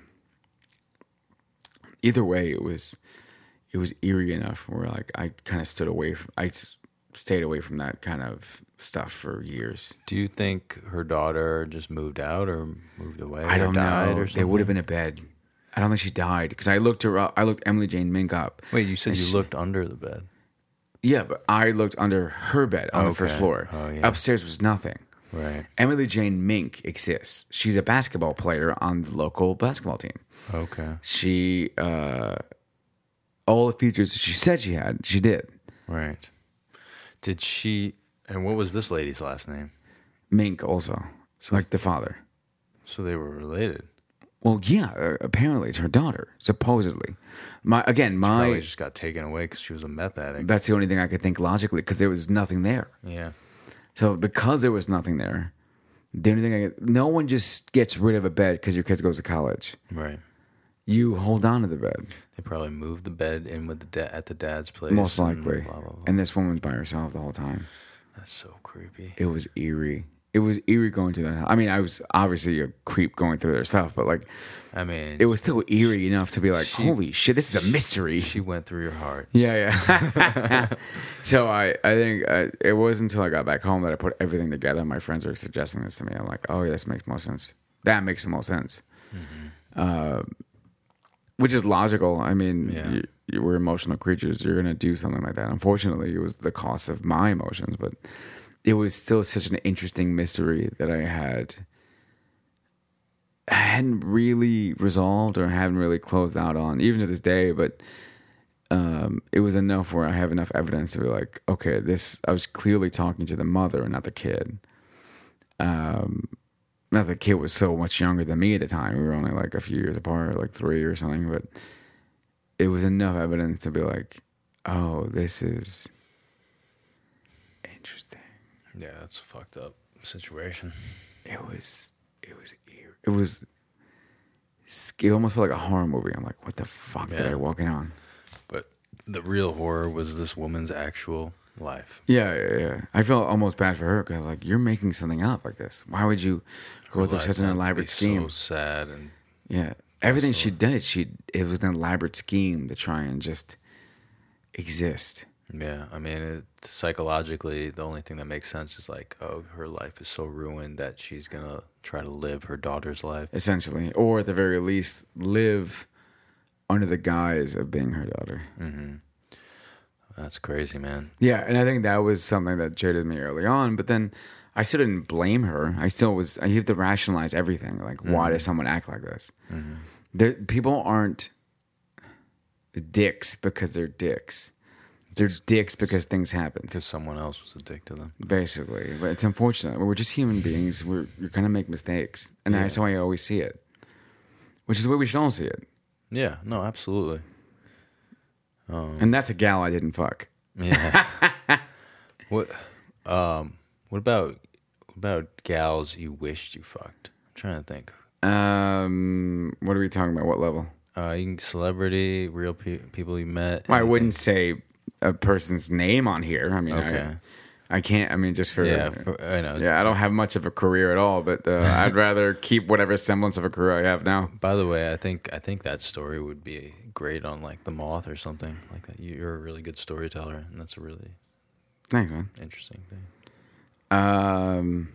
A: Either way, it was it was eerie enough where like I kind of stood away. From, I stayed away from that kind of stuff for years.
B: Do you think her daughter just moved out or moved away?
A: I don't
B: or died
A: know.
B: Or
A: they would have been a bed. I don't think she died because I looked her up. I looked Emily Jane Mink up.
B: Wait, you said
A: and
B: you
A: she-
B: looked under the bed.
A: Yeah, but I looked under her bed on the first
B: Okay.
A: floor.
B: Oh, yeah.
A: Upstairs was nothing.
B: Right.
A: Emily Jane Mink exists. She's a basketball player on the local basketball team.
B: Okay.
A: She, uh, all the features that she said she had, she did.
B: Right. Did she? And what was this lady's last name?
A: Mink also, like the father.
B: So they were related.
A: Well, yeah, uh, apparently it's her daughter, supposedly. My again, my
B: Probably just got taken away because she was a meth addict.
A: That's the only thing I could think logically because there was nothing there.
B: yeah.
A: So because there was nothing there, the only thing I could, no one just gets rid of a bed because your kid goes to college.
B: Right.
A: You hold on to the bed
B: They probably moved the bed in with the da- at the dad's place.
A: most
B: and
A: likely,
B: blah, blah, blah.
A: and this woman's by herself the whole time.
B: That's so creepy.
A: It was eerie. it was eerie going through that. I mean, I was obviously a creep going through their stuff, but like
B: I mean,
A: it was still eerie enough to be like,
B: She-
A: holy shit, this is a mystery.
B: she went through your heart.
A: Yeah, yeah. so I, I think I, it wasn't until I got back home that I put everything together. My friends were suggesting this to me. I'm like, oh, yeah, this makes more sense. That makes the most sense. Uh, which is logical. I mean,
B: Yeah.
A: you, you we're emotional creatures. You're going to do something like that. Unfortunately, it was the cost of my emotions, but it was still such an interesting mystery that I had. I hadn't really resolved or hadn't really closed out on, even to this day, but um, it was enough where I have enough evidence to be like, okay, this, I was clearly talking to the mother and not the kid. Um, not the kid was so much younger than me at the time. We were only like a few years apart, like three or something, but it was enough evidence to be like, oh, this is interesting.
B: Yeah, that's a fucked up situation.
A: It was, it was, eerie. it was, sc- it almost felt like a horror movie. I'm like, what the fuck did
B: Yeah.
A: I walk in on?
B: But the real horror was this woman's actual life.
A: Yeah, yeah, yeah. I felt almost bad for her because like you're making something up like this. Why would you go through
B: Life
A: such an
B: had to be
A: elaborate scheme?
B: So sad and
A: yeah, everything she did, she it was an elaborate scheme to try and just exist.
B: yeah, I mean, it, psychologically, the only thing that makes sense is like, oh, her life is so ruined that she's gonna try to live her daughter's life.
A: essentially, or at the very least, live under the guise of being her daughter.
B: That's crazy, man.
A: Yeah, and I think that was something that jaded me early on. But then I still didn't blame her. I still was. You have to rationalize everything. Like, why does someone act like this? There, people aren't dicks because they're dicks. They're dicks because things happen.
B: Because someone else was a dick to them.
A: Basically, but it's unfortunate. We're just human beings. We're you're gonna make mistakes, and that's how I always see it. Which is the way we should all see it.
B: Yeah, no, absolutely.
A: And that's a gal I didn't fuck.
B: Yeah. what? Um. What about what about gals you wished you fucked? I'm trying to think.
A: Um, what are we talking about? What level?
B: Uh, you can celebrity, real pe- people you met.
A: Well, I wouldn't say a person's name on here. I mean,
B: Okay.
A: I, I can't. I mean, just for
B: Yeah,
A: yeah,
B: for- I know.
A: I don't have much of a career at all. But uh, I'd rather keep whatever semblance of a career I have now.
B: By the way, I think I think that story would be great on like The Moth or something like that. You- You're a really good storyteller, and that's a really
A: Thanks, man.
B: interesting thing.
A: Um,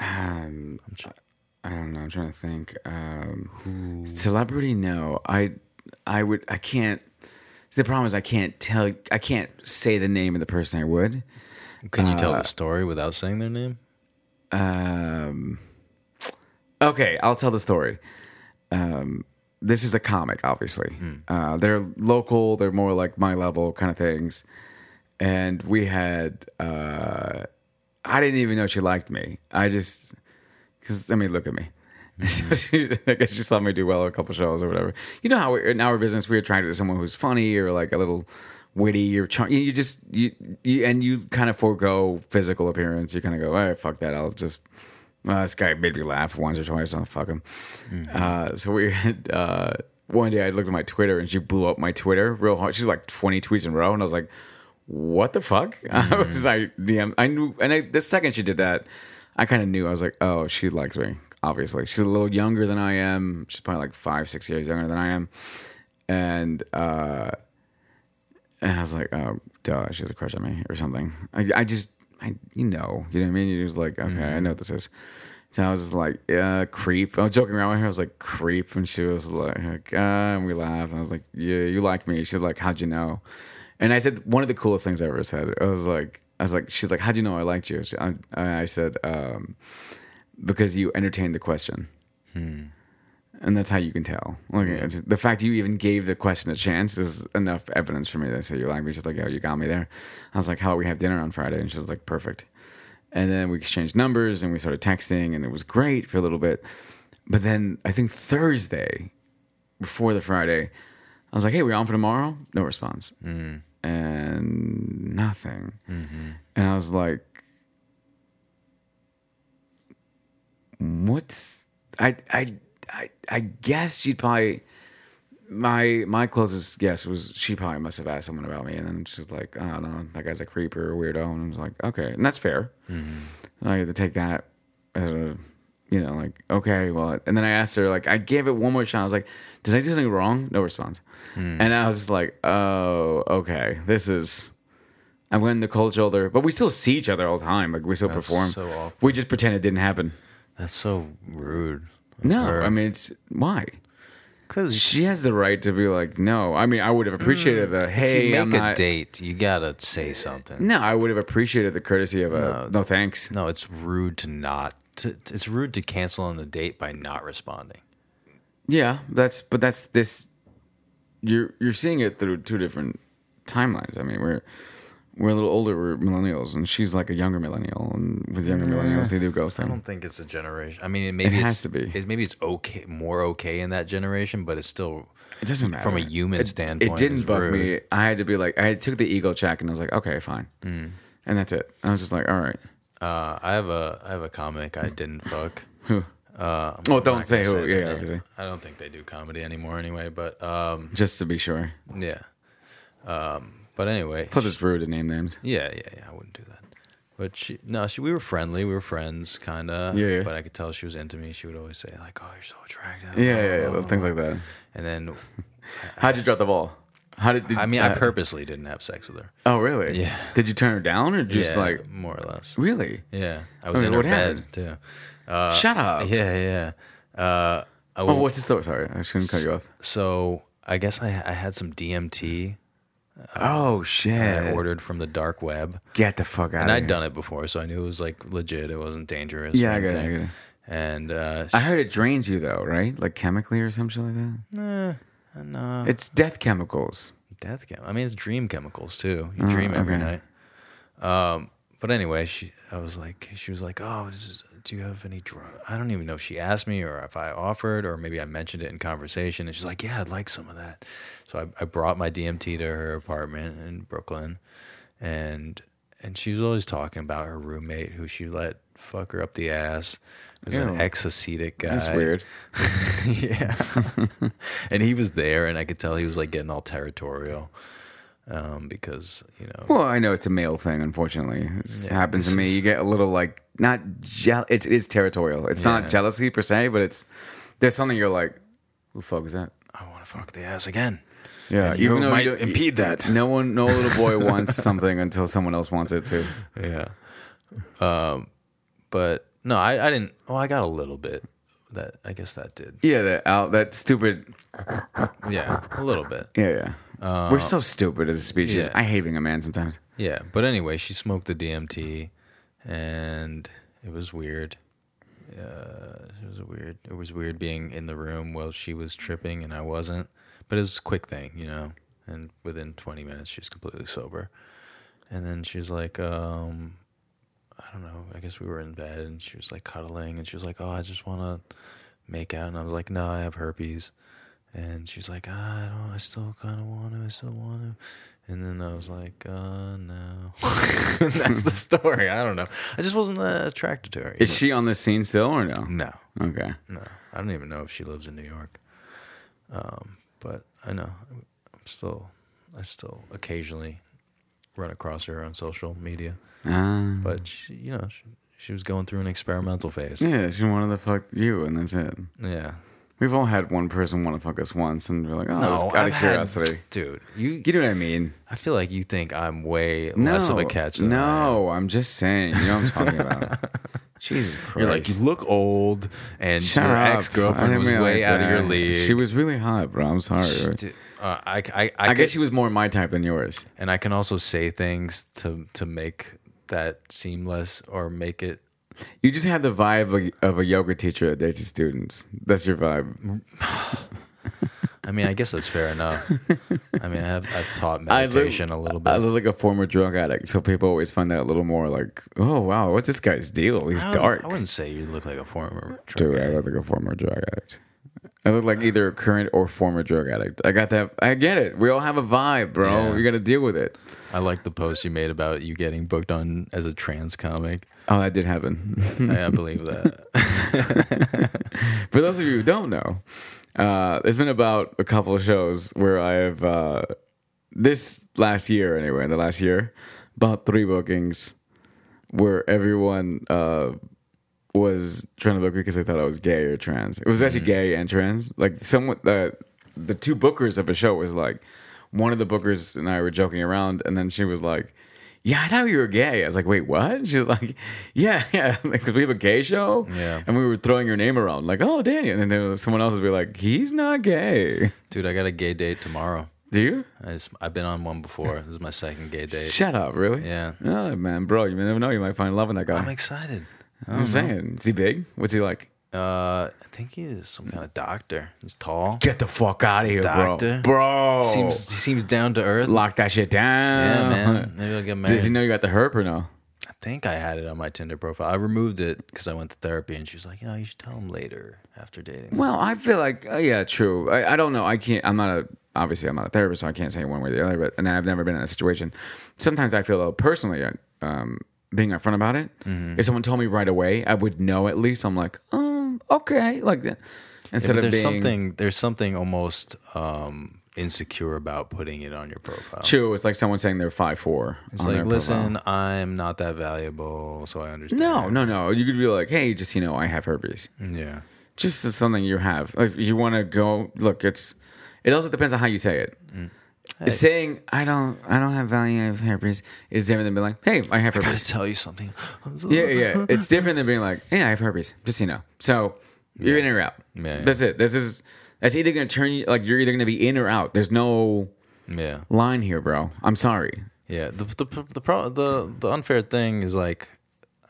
A: um,
B: I'm sure.
A: I don't know. I'm trying to think. Um, celebrity? No, I, I would. I can't. The problem is I can't tell. I can't say the name of the person I would.
B: Can you
A: Uh,
B: tell the story without saying their name?
A: Um, okay, I'll tell the story. Um, this is a comic, obviously. Uh, they're local. They're more like my level kind of things. And we had. Uh, I didn't even know she liked me. I just because I mean, look at me. So she, I guess she saw me do well at a couple shows or whatever. You know how we, in our business we attracted to someone who's funny or like a little witty or char- you, you just you, you and you kind of forego physical appearance. You kind of go, all right, fuck that. I'll just well, this guy made me laugh once or twice. I'll fuck him. Uh, so we had uh, one day I looked at my Twitter and she blew up my Twitter real hard. She's like twenty tweets in a row, and I was like, what the fuck? I was like, DM. I knew, and I, the second she did that, I kind of knew. I was like, oh, she likes me. Obviously, she's a little younger than I am. She's probably like five, six years younger than I am, and uh, and I was like, oh, duh, she has a crush on me or something. I, I just, I, you know, you know what I mean? You're just like, okay, I know what this is. So I was just like, yeah, creep. I was joking around with her. I was like, creep. And she was like, uh, and we laughed. And I was like, yeah, you like me. She was like, how'd you know? And I said, one of the coolest things I ever said. I was like, I was like, she's like, how'd you know I liked you? She, I, I said, um, because you entertained the question.
B: Hmm,
A: And that's how you can tell. Like it's just- the fact you even gave the question a chance is enough evidence for me to say you like me. She's like, "Yo, you got me there." I was like, "How about we have dinner on Friday?" And she was like, "Perfect." And then we exchanged numbers and we started texting, and it was great for a little bit. But then I think Thursday, before the Friday, I was like, "Hey, we're on for tomorrow." No response,
B: hmm,
A: and nothing. And I was like, "What's?" I I I I guess you'd probably my my closest guess was she probably must have asked someone about me, and then she's like, I don't know, that guy's a creeper or weirdo, and I was like, okay, and that's fair. I had to take that as a, you know, like okay, well, and then I asked her like, I gave it one more shot. I was like, did I do something wrong? No response, and I was just like, oh, okay, this is. I went in the cold shoulder, but we still see each other all the time. Like we still perform.
B: so awkward.
A: we just pretend it didn't happen.
B: That's so rude.
A: No, I mean it's why
B: because
A: she has the right to be like, no. I mean, I would have appreciated the hey,
B: you make
A: I'm
B: a
A: not.
B: date, you gotta say something.
A: No, I would have appreciated the courtesy of a no, thanks.
B: No, it's rude to not. To, it's rude to cancel on the date by not responding.
A: Yeah, that's but that's this. You're you're seeing it through two different timelines. I mean, we're we're a little older. We're millennials, and she's like a younger millennial. And with younger millennials, they do ghost
B: I
A: thing.
B: don't think it's a generation. I mean, it maybe
A: It
B: it's,
A: has to be.
B: It, maybe it's okay, more okay in that generation, but it's still.
A: It doesn't matter
B: From a human
A: It-
B: standpoint,
A: It didn't
B: it's
A: bug
B: rude.
A: me. I had to be like, I took the ego check, and I was like, okay, fine,
B: Mm.
A: and that's it. I was just like, all right.
B: Uh, I have a I have a comic I didn't fuck.
A: Who?
B: Uh, I'm
A: Oh, don't
B: not
A: say
B: gonna
A: who. Yeah,
B: their
A: yeah,
B: name.
A: okay.
B: I don't think they do comedy anymore anyway. But um,
A: Just to be sure.
B: yeah. Um, but anyway,
A: Plus, it's rude to name names.
B: Yeah, yeah, yeah. I wouldn't do that. But she, no, she. We were friendly. We were friends, kind of.
A: Yeah, yeah.
B: But I could tell she was into me. She would always say like, "Oh, you're so attractive."
A: Yeah,
B: blah,
A: yeah,
B: blah,
A: yeah
B: blah,
A: things
B: blah.
A: like that.
B: And then,
A: How'd you drop the ball? How did, did
B: I mean, I
A: uh,
B: purposely didn't have sex with her.
A: Oh, really?
B: Yeah.
A: Did you turn her down or just
B: Yeah,
A: like
B: more or less.
A: really?
B: Yeah, I was
A: Okay,
B: in her
A: what
B: bed
A: happened?
B: too. Uh,
A: Shut up.
B: Yeah, yeah. Uh, I
A: Oh,
B: went,
A: what's the story? Sorry, I shouldn't cut you off.
B: so I guess I, I had some DMT
A: Oh
B: that I
A: shit!
B: ordered from the dark web.
A: Get the fuck out.
B: And
A: of
B: I'd
A: here.
B: done it before, so I knew it was like legit. It wasn't dangerous.
A: Yeah,
B: or
A: I get it, I
B: anything.
A: get it.
B: And uh,
A: I heard it drains you though, right? Like chemically or some shit like that.
B: Nah, no.
A: It's death chemicals.
B: death chem. I mean, it's dream chemicals too. You dream every
A: Mm, okay.
B: night. Um, but anyway, she. I was like, she was like, oh, this is, do you have any drug? I don't even know if she asked me or if I offered or maybe I mentioned it in conversation. And she's like, yeah, I'd like some of that. So I, I brought my DMT to her apartment in Brooklyn, and and she was always talking about her roommate who she let fuck her up the ass. It was an
A: Ew.
B: ex acetic guy.
A: That's weird.
B: yeah. and he was there, and I could tell he was like getting all territorial um, because, you know,
A: Well, I know it's a male thing. Unfortunately, it just happens to me. You get a little like not jeal. It is territorial. It's
B: Yeah.
A: not jealousy per se, but it's there's something you're like, who the fuck is that?
B: I want to fuck the ass again.
A: Yeah,
B: And you
A: though
B: might
A: don't-
B: impede that.
A: No one, no little boy wants something until someone else wants it too.
B: Yeah. Um, but no, I, I didn't. Well, I got a little bit. That I guess that did.
A: Yeah, that out that stupid.
B: Yeah, a little bit.
A: Yeah, yeah. We're so stupid as a species.
B: yeah.
A: I hate being a man sometimes.
B: Yeah. But anyway, she smoked the DMT, and it was weird. Uh, it was weird. It was weird being in the room while she was tripping and I wasn't. But it was a quick thing, you know. And within 20 minutes, she's completely sober. And then she was like, um, I don't know. I guess we were in bed and she was like cuddling and she was like, oh, I just want to make out. And I was like, no, I have herpes. And she's like, ah, I don't, I still kind of want to. I still want to. And then I was like, uh, no. And That's the story. I don't know. I just wasn't that attracted to her. you
A: Is she on the scene still or no?
B: know? No.
A: Okay.
B: No, I don't even know if she lives in New York. Um, but I know I'm still, I still occasionally run across her on social media.
A: Uh,
B: But she, you know, she, she was going through an experimental phase.
A: yeah, she wanted to fuck you, and that's it.
B: Yeah.
A: We've all had one person want to fuck us once, and we're like, oh, just out
B: I've
A: of
B: had-
A: curiosity.
B: dude. You,
A: You know what I mean?
B: I feel like you think I'm way less of a catch. Than I am.
A: no, I'm just saying. You know what I'm talking about. Jesus Christ.
B: You're like you look old, and
A: Shut
B: your
A: up. I
B: ex girlfriend
A: didn't
B: was
A: mean
B: way
A: like
B: out of
A: that.
B: your league.
A: She was really hot, bro. I'm sorry.
B: She- dude, uh, I, I, I,
A: I
B: could-
A: guess she was more my type than yours.
B: and I can also say things to to make that seem less or make it.
A: You just had the vibe of, of a yoga teacher that dates students. That's your vibe.
B: I mean, I guess that's fair enough. I mean, I have I've taught
A: I look-
B: meditation a little bit.
A: I look like a former drug addict, so people always find that a little more like, oh, wow, what's this guy's deal? He's
B: I wouldn't-
A: dark.
B: I wouldn't say you look like a former drug
A: Dude, I
B: addict.
A: look like a former drug addict. I look like either a current or former drug addict. I got that. I get it. We all have a vibe, bro.
B: Yeah.
A: You got to deal with it.
B: I like the post you made about you getting booked on as a trans comic.
A: Oh, that did happen.
B: I, I believe that.
A: For those of you who don't know, Uh, there's been about a couple of shows where I have uh, this last year anyway, in the last year, about three bookings where everyone uh, was trying to book me because they thought I was gay or trans. It was
B: Mm-hmm.
A: actually gay and trans. Like someone, the the two bookers of a show was like, one of the bookers and I were joking around, and then she was like. Yeah, I thought you were gay. I was like, wait, what? She was like, yeah, yeah, because we have a gay show.
B: Yeah.
A: And we were throwing your name around, like, oh, Danny. And then there was someone else would be like, he's not gay.
B: Dude, I got a gay date tomorrow.
A: Do you?
B: I just, I've been on one before. This is my second gay date.
A: Shut up, really?
B: Yeah.
A: Oh, man, bro, you never know. You might find love in that guy.
B: I'm excited.
A: I'm saying. Is he big? What's he like?
B: Uh, I think he is some kind of doctor. He's tall.
A: Get the fuck out of here,
B: Doctor.
A: bro. Bro.
B: Seems he seems down to earth.
A: Lock that shit down.
B: Yeah, man. Maybe I'll get married.
A: Does Oh, he know you got the herp or no?
B: I think I had it on my Tinder profile. I removed it because I went to therapy, and she was like, "You know, you should tell him later after dating."
A: Well, I feel like, uh, yeah, true. I, I don't know. I can't, I'm not a, obviously, I'm not a therapist, so I can't say one way or the other, but, and I've never been in that situation. Sometimes I feel, though, personally, uh, um, being upfront about it, if someone told me right away, I would know at least. I'm like, um, okay. Like that. Instead
B: But
A: of
B: there's
A: being.
B: something there's something almost um, insecure about putting it on your profile.
A: True, it's like someone saying they're five four.
B: It's like, listen, I'm not that valuable, so I understand.
A: No, no, no. You could be like, hey, just you know, I have herpes.
B: Yeah.
A: Just it's something you have. Like you want to go look. It's it also depends on how you say it.
B: Mm.
A: Saying I don't, I don't have value. I have herpes is different than being like, hey, I have
B: Gotta
A: herpes.
B: tell you something.
A: yeah, yeah. It's different than being like, hey, I have herpes. Just so you know. So you're in or out.
B: Yeah, yeah.
A: That's it. This is that's either gonna turn you like you're either gonna be in or out. There's no
B: Yeah.
A: line here, bro. I'm sorry.
B: Yeah, the the the pro, the the unfair thing is like,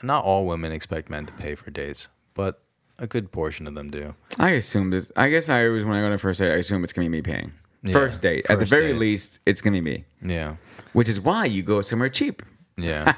B: not all women expect men to pay for dates, but a good portion of them do.
A: I assume this. I guess I always when I go on a first date, I assume it's gonna be me paying. first date, at the
B: first
A: very
B: date.
A: least, it's gonna be me.
B: Yeah,
A: Which is why you go somewhere cheap.
B: yeah,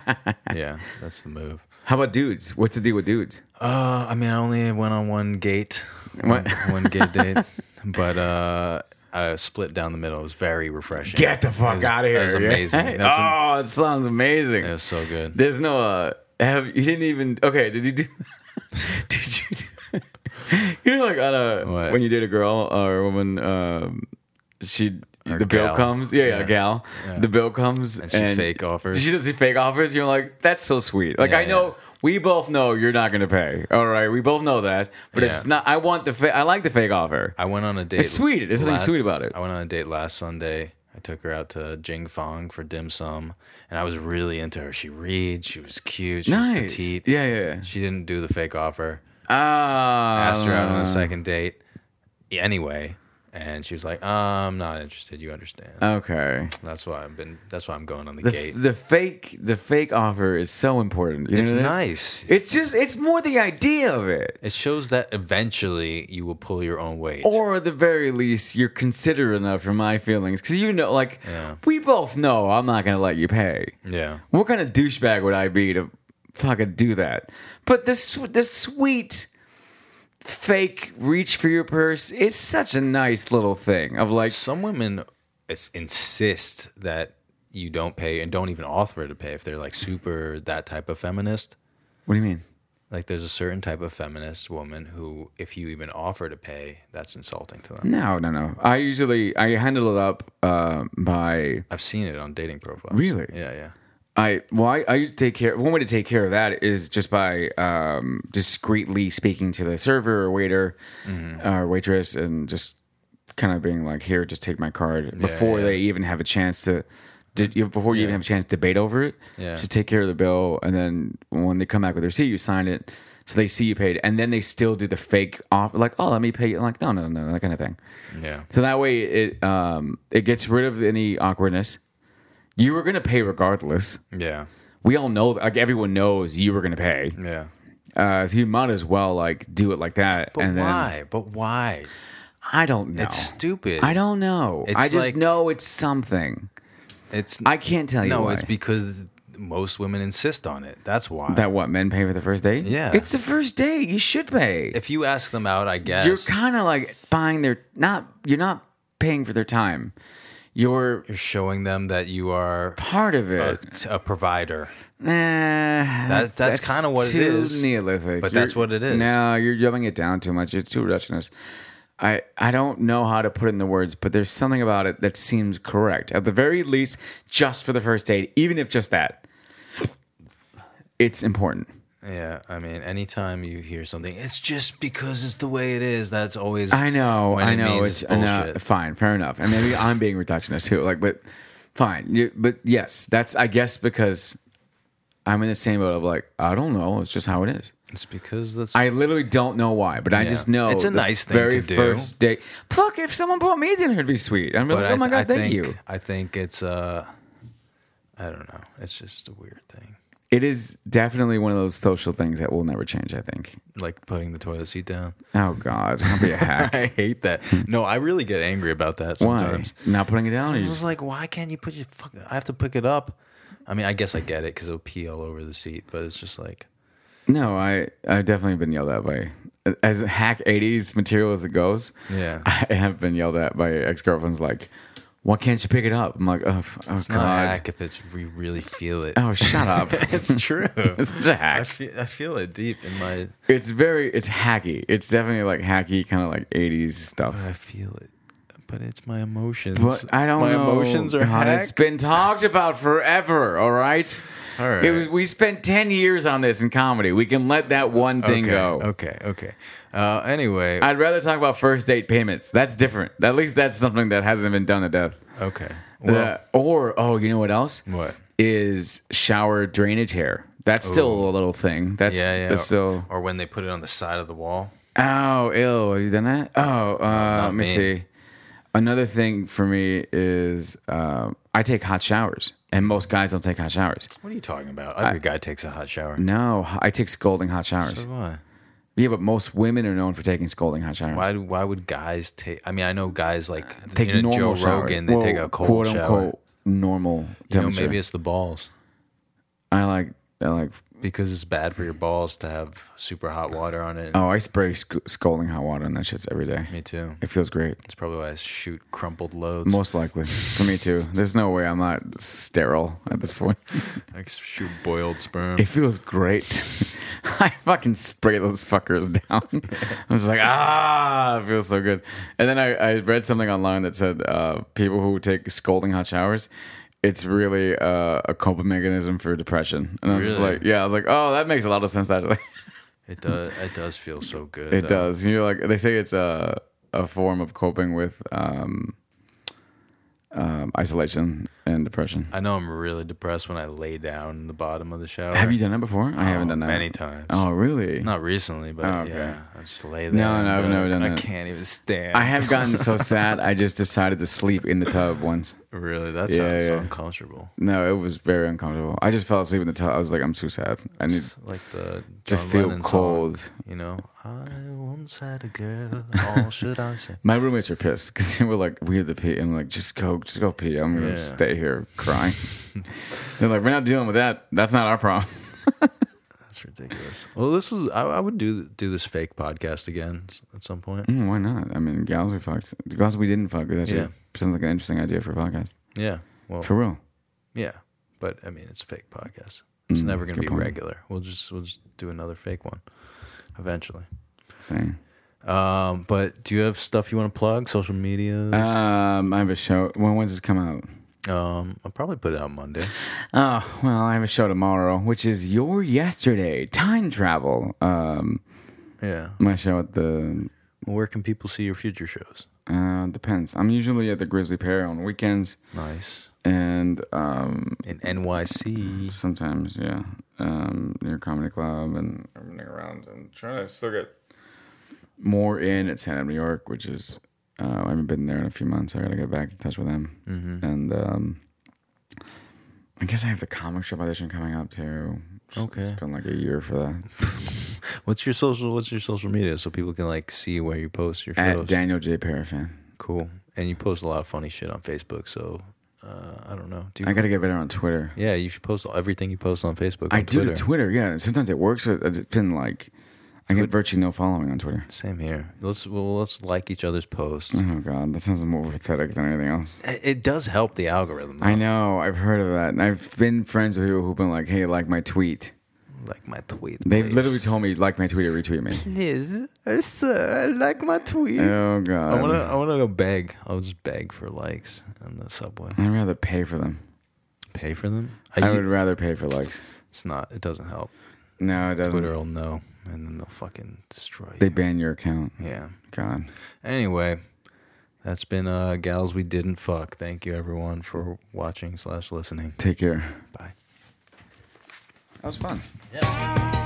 B: yeah. That's the move.
A: How about dudes? What's the deal with dudes?
B: Uh, I mean, I only went on one gate, Um,
A: What?
B: One, one gate date, but uh, I split down the middle. It was very refreshing. It was- It was amazing.
A: yeah.
B: That's an-
A: oh, it sounds amazing.
B: it was so good.
A: There's no. Uh, have you didn't even? Okay, did you do? did you? Do, you know, like on a
B: What?
A: when you date a girl or a woman, um, she.
B: Or
A: the bill
B: gal.
A: comes, yeah, yeah,
B: Yeah.
A: gal. The bill comes, and
B: she fake offers.
A: She does the fake offers. You're like, that's so sweet. Like
B: Yeah,
A: I know we both know you're not going to pay. All right, we both know that, but it's
B: Yeah.
A: not. I want the. Fa- I like the fake offer.
B: I went on a date.
A: It's sweet. There's something
B: la-
A: sweet about it.
B: I went on a date last Sunday. I took her out to Jing Fong for dim sum, and I was really into her. She reads. She was cute. She
A: Nice.
B: was petite.
A: Yeah, yeah, yeah.
B: She didn't do the fake offer.
A: Ah,
B: Asked her out on a second date. Yeah, anyway, and she was like, "Uh, "I'm not interested. You understand?
A: Okay.
B: that's why I've been. That's why I'm going on the,
A: The,
B: gate.
A: the fake the fake offer is so important. You
B: it's
A: know this?
B: nice.
A: It's just it's more the idea of it.
B: It shows that eventually you will pull your own weight.
A: Or at the very least, you're considerate enough for my feelings. Cause you know, like
B: Yeah.
A: we both know I'm not gonna let you pay.
B: yeah,
A: What kind of douchebag would I be to fucking do that? But this this sweet fake reach for your purse is such a nice little thing of like
B: some women is- insist that you don't pay and don't even offer to pay if they're like super that type of feminist.
A: what do you mean?
B: Like there's a certain type of feminist woman who, if you even offer to pay, that's insulting to them.
A: No, no, no. I usually I handle it up uh, by
B: I've seen it on dating profiles.
A: Really?
B: Yeah, yeah.
A: I well I, I used to take care. One way to take care of that is just by um, discreetly speaking to the server or waiter
B: Mm-hmm.
A: uh, or waitress and just kind of being like, "Here, just take my card." before
B: yeah.
A: they even have a chance to, did you before you even have a chance to debate over it,
B: Yeah.
A: just take care of the bill, and then when they come back with their receipt, you sign it. So they see you paid, and then they still do the fake off, like, "Oh, let me pay you." Like, no, no, no, that kind of thing.
B: Yeah.
A: So that way it um it gets rid of any awkwardness. You were gonna pay regardless.
B: Yeah.
A: We all know, like everyone knows, you were gonna pay.
B: Yeah.
A: Uh, so you might as well like do it like that.
B: But
A: and
B: why?
A: then
B: But why?
A: I don't know.
B: It's stupid.
A: I don't know.
B: It's
A: I just
B: like-
A: know it's something.
B: It's
A: I can't tell you.
B: no.
A: why.
B: It's because most women insist on it. That's why.
A: that what men pay for the first date.
B: Yeah.
A: it's the first date. You should pay.
B: if you ask them out, I guess
A: you're kind of like buying their not. You're not paying for their time. You're
B: you're showing them that you are
A: part of it.
B: a, a provider.
A: Nah,
B: that's kinda what it
A: Eh, too
B: is,
A: Neolithic,
B: but that's what it is.
A: No, you're dumbing it down too much. It's too reductionist. I, I don't know how to put it in the words, but there's something about it that seems correct. At the very least, just for the first date, even if just that, it's important.
B: Yeah, I mean, anytime you hear something, it's just because it's the way it is. That's always
A: I know,
B: when
A: I
B: it
A: know.
B: means
A: it's enough. Fine, fair enough. And maybe I'm being reductionist too. Like, but fine. You, but yes, that's I guess because I'm in the same boat of like I don't know. It's just how it is.
B: It's because that's
A: I literally don't know why, but I just know
B: It's a
A: the
B: nice thing
A: very
B: to do.
A: First day, fuck. If someone brought me dinner, it'd be sweet. I'm
B: but
A: like, oh my
B: I,
A: god,
B: I
A: thank
B: think,
A: you.
B: I think it's uh, I don't know. It's just a weird thing,
A: It is definitely one of those social things that will never change. I think.
B: like putting the toilet seat down.
A: Oh god, I'll be a hack.
B: I hate that. No, I really get angry about that
A: Hmm. why?
B: sometimes.
A: Not putting it down. or
B: I'm
A: you
B: just like, why can't you put your fuck? I have to pick it up. I mean, I guess I get it because it'll pee all over the seat, but it's just like,
A: No, I I've definitely been yelled at by as hack '80s material as it goes.
B: Yeah.
A: I have been yelled at by ex girlfriends like, "Why can't you pick it up?" I'm like, "Oh, f- oh
B: it's
A: god,
B: not hack if it's we really feel it.
A: oh shut up."
B: it's true.
A: it's such a
B: I
A: hack.
B: feel, I feel it deep in my.
A: It's very it's hacky. It's definitely like hacky, kind of like '80s stuff.
B: I feel it, but it's my emotions.
A: But I don't
B: my
A: know.
B: emotions are
A: God,
B: hack.
A: It's been talked about forever. All right.
B: All right.
A: It was, we spent ten years on this in comedy. We can let that one thing
B: okay,
A: go.
B: Okay. Okay. Uh, anyway.
A: I'd rather talk about first date payments. That's different. At least that's something that hasn't been done to death.
B: okay.
A: Uh,
B: Well,
A: or oh, you know what else?
B: What?
A: is shower drainage hair? That's still a little thing. That's,
B: yeah. Yeah.
A: that's still
B: or when they put it on the side of the wall.
A: oh ill. Have you done that? Oh, uh, let me,
B: me.
A: see. Another thing for me is um I take hot showers, and most guys don't take hot showers.
B: What are you talking about? Every guy takes a hot shower.
A: No, I take scalding hot showers.
B: So why?
A: yeah, but most women are known for taking scalding hot showers.
B: Why? do- Why would guys take? I mean, I know guys like
A: Uh, Take
B: you know,
A: normal
B: Joe
A: shower.
B: Rogan. They
A: Well,
B: take a cold
A: quote
B: shower.
A: unquote normal
B: you know,
A: temperature.
B: maybe it's the balls
A: I like I like
B: because it's bad for your balls to have super hot water on it.
A: oh I spray sc- scalding hot water on that shit every day.
B: Me too.
A: It feels great.
B: That's probably why I shoot crumpled loads.
A: Most likely for me too. There's no way I'm not sterile at this point.
B: I shoot boiled sperm.
A: It feels great. I fucking spray those fuckers down. I'm just like ah, it feels so good. And then I, I read something online that said uh, people who take scalding hot showers. It's really uh, a coping mechanism for depression, and I was just
B: Really?
A: like, "Yeah." I was like, "Oh, that makes a lot of sense." Actually,
B: It does. It does feel so good.
A: It does. You know, like they say it's a a form of coping with um, um, isolation and depression.
B: I know I'm really depressed when I lay down in the bottom of the shower.
A: Have you done that before? I haven't
B: Oh,
A: done that
B: many times.
A: Oh, really?
B: Not recently, but
A: Oh, okay.
B: yeah, I just lay there.
A: No,
B: and
A: no, I've
B: be
A: never
B: like,
A: done
B: I
A: that.
B: can't even stand.
A: I have gotten so sad. I just decided to sleep in the tub once.
B: really. That
A: Yeah,
B: sounds so
A: yeah.
B: uncomfortable.
A: No, it was very uncomfortable. I just fell asleep in the tub. I was like, I'm too sad. I need
B: It's like the
A: to
B: John
A: feel
B: Lennon song,
A: cold.
B: you know, I once had a girl. All should I say?
A: My roommates were pissed because they were like, "We have to pee," and I'm like, "Just go, just go pee. I'm gonna
B: Yeah.
A: stay here crying." They're like, "We're not dealing with that. That's not our problem."
B: That's ridiculous. Well, this was. I, I would do do this fake podcast again s- at some point.
A: Mm, why not? I mean, gals we fucked. The gals we didn't fuck. That
B: Yeah.
A: yeah. sounds like an interesting idea for a podcast.
B: Yeah. Well.
A: For real.
B: Yeah. But I mean, it's a fake podcast. It's
A: Mm,
B: never going to
A: good
B: be
A: point.
B: regular. We'll just we'll just do another fake one eventually.
A: Same.
B: Um, but do you have stuff you want to plug? Social medias?
A: Um, I have a show. When does this come out?
B: um, I'll probably put it out Monday.
A: Oh, well, I have a show tomorrow, which is Your Yesterday, Time Travel. Um,
B: Yeah.
A: my show at the
B: Well, where can people see your future shows?
A: uh, depends. I'm usually at the Grizzly Pear on weekends,
B: Nice.
A: and um,
B: In NYC.
A: sometimes, yeah, um, near Comedy Club and everything around. I'm trying to still get more in at Stand Up New York, which is uh, I haven't been there in a few months. I got to get back in touch with them, and um, I guess I have the comic strip audition coming up too.
B: Okay.
A: it's been like a year for that.
B: What's your social? What's your social media so people can like see where you post your
A: At
B: shows?
A: Daniel J. Parafan.
B: cool. And you post a lot of funny shit on Facebook. So uh, I don't know. Do you,
A: I got to get better on Twitter.
B: yeah, you should post everything you post on Facebook.
A: I
B: on
A: do
B: Twitter.
A: to Twitter, yeah. and Sometimes it works. but It's been like, I get virtually no following on Twitter.
B: Same here. Let's well, let's like each other's posts.
A: Oh, God. That sounds more pathetic than anything else.
B: It it does help the algorithm.
A: I know. I've heard of that. And I've been friends with people who've been like, hey, like my tweet.
B: like my tweet.
A: They
B: please.
A: literally told me like my tweet or retweet me.
B: Please, uh, sir, I like my tweet.
A: Oh god.
B: I wanna, I wanna go beg. I'll just beg for likes on the subway.
A: I'd rather pay for them.
B: Pay for them.
A: Mm. I, would rather pay for likes.
B: It's not. It doesn't help.
A: No, it doesn't.
B: Twitter will know, and then they'll fucking destroy.
A: They
B: you.
A: ban your account.
B: Yeah.
A: God.
B: Anyway, that's been uh, gals we didn't fuck. Thank you everyone for watching slash listening.
A: Take care.
B: Bye.
A: That was fun.
B: Yeah.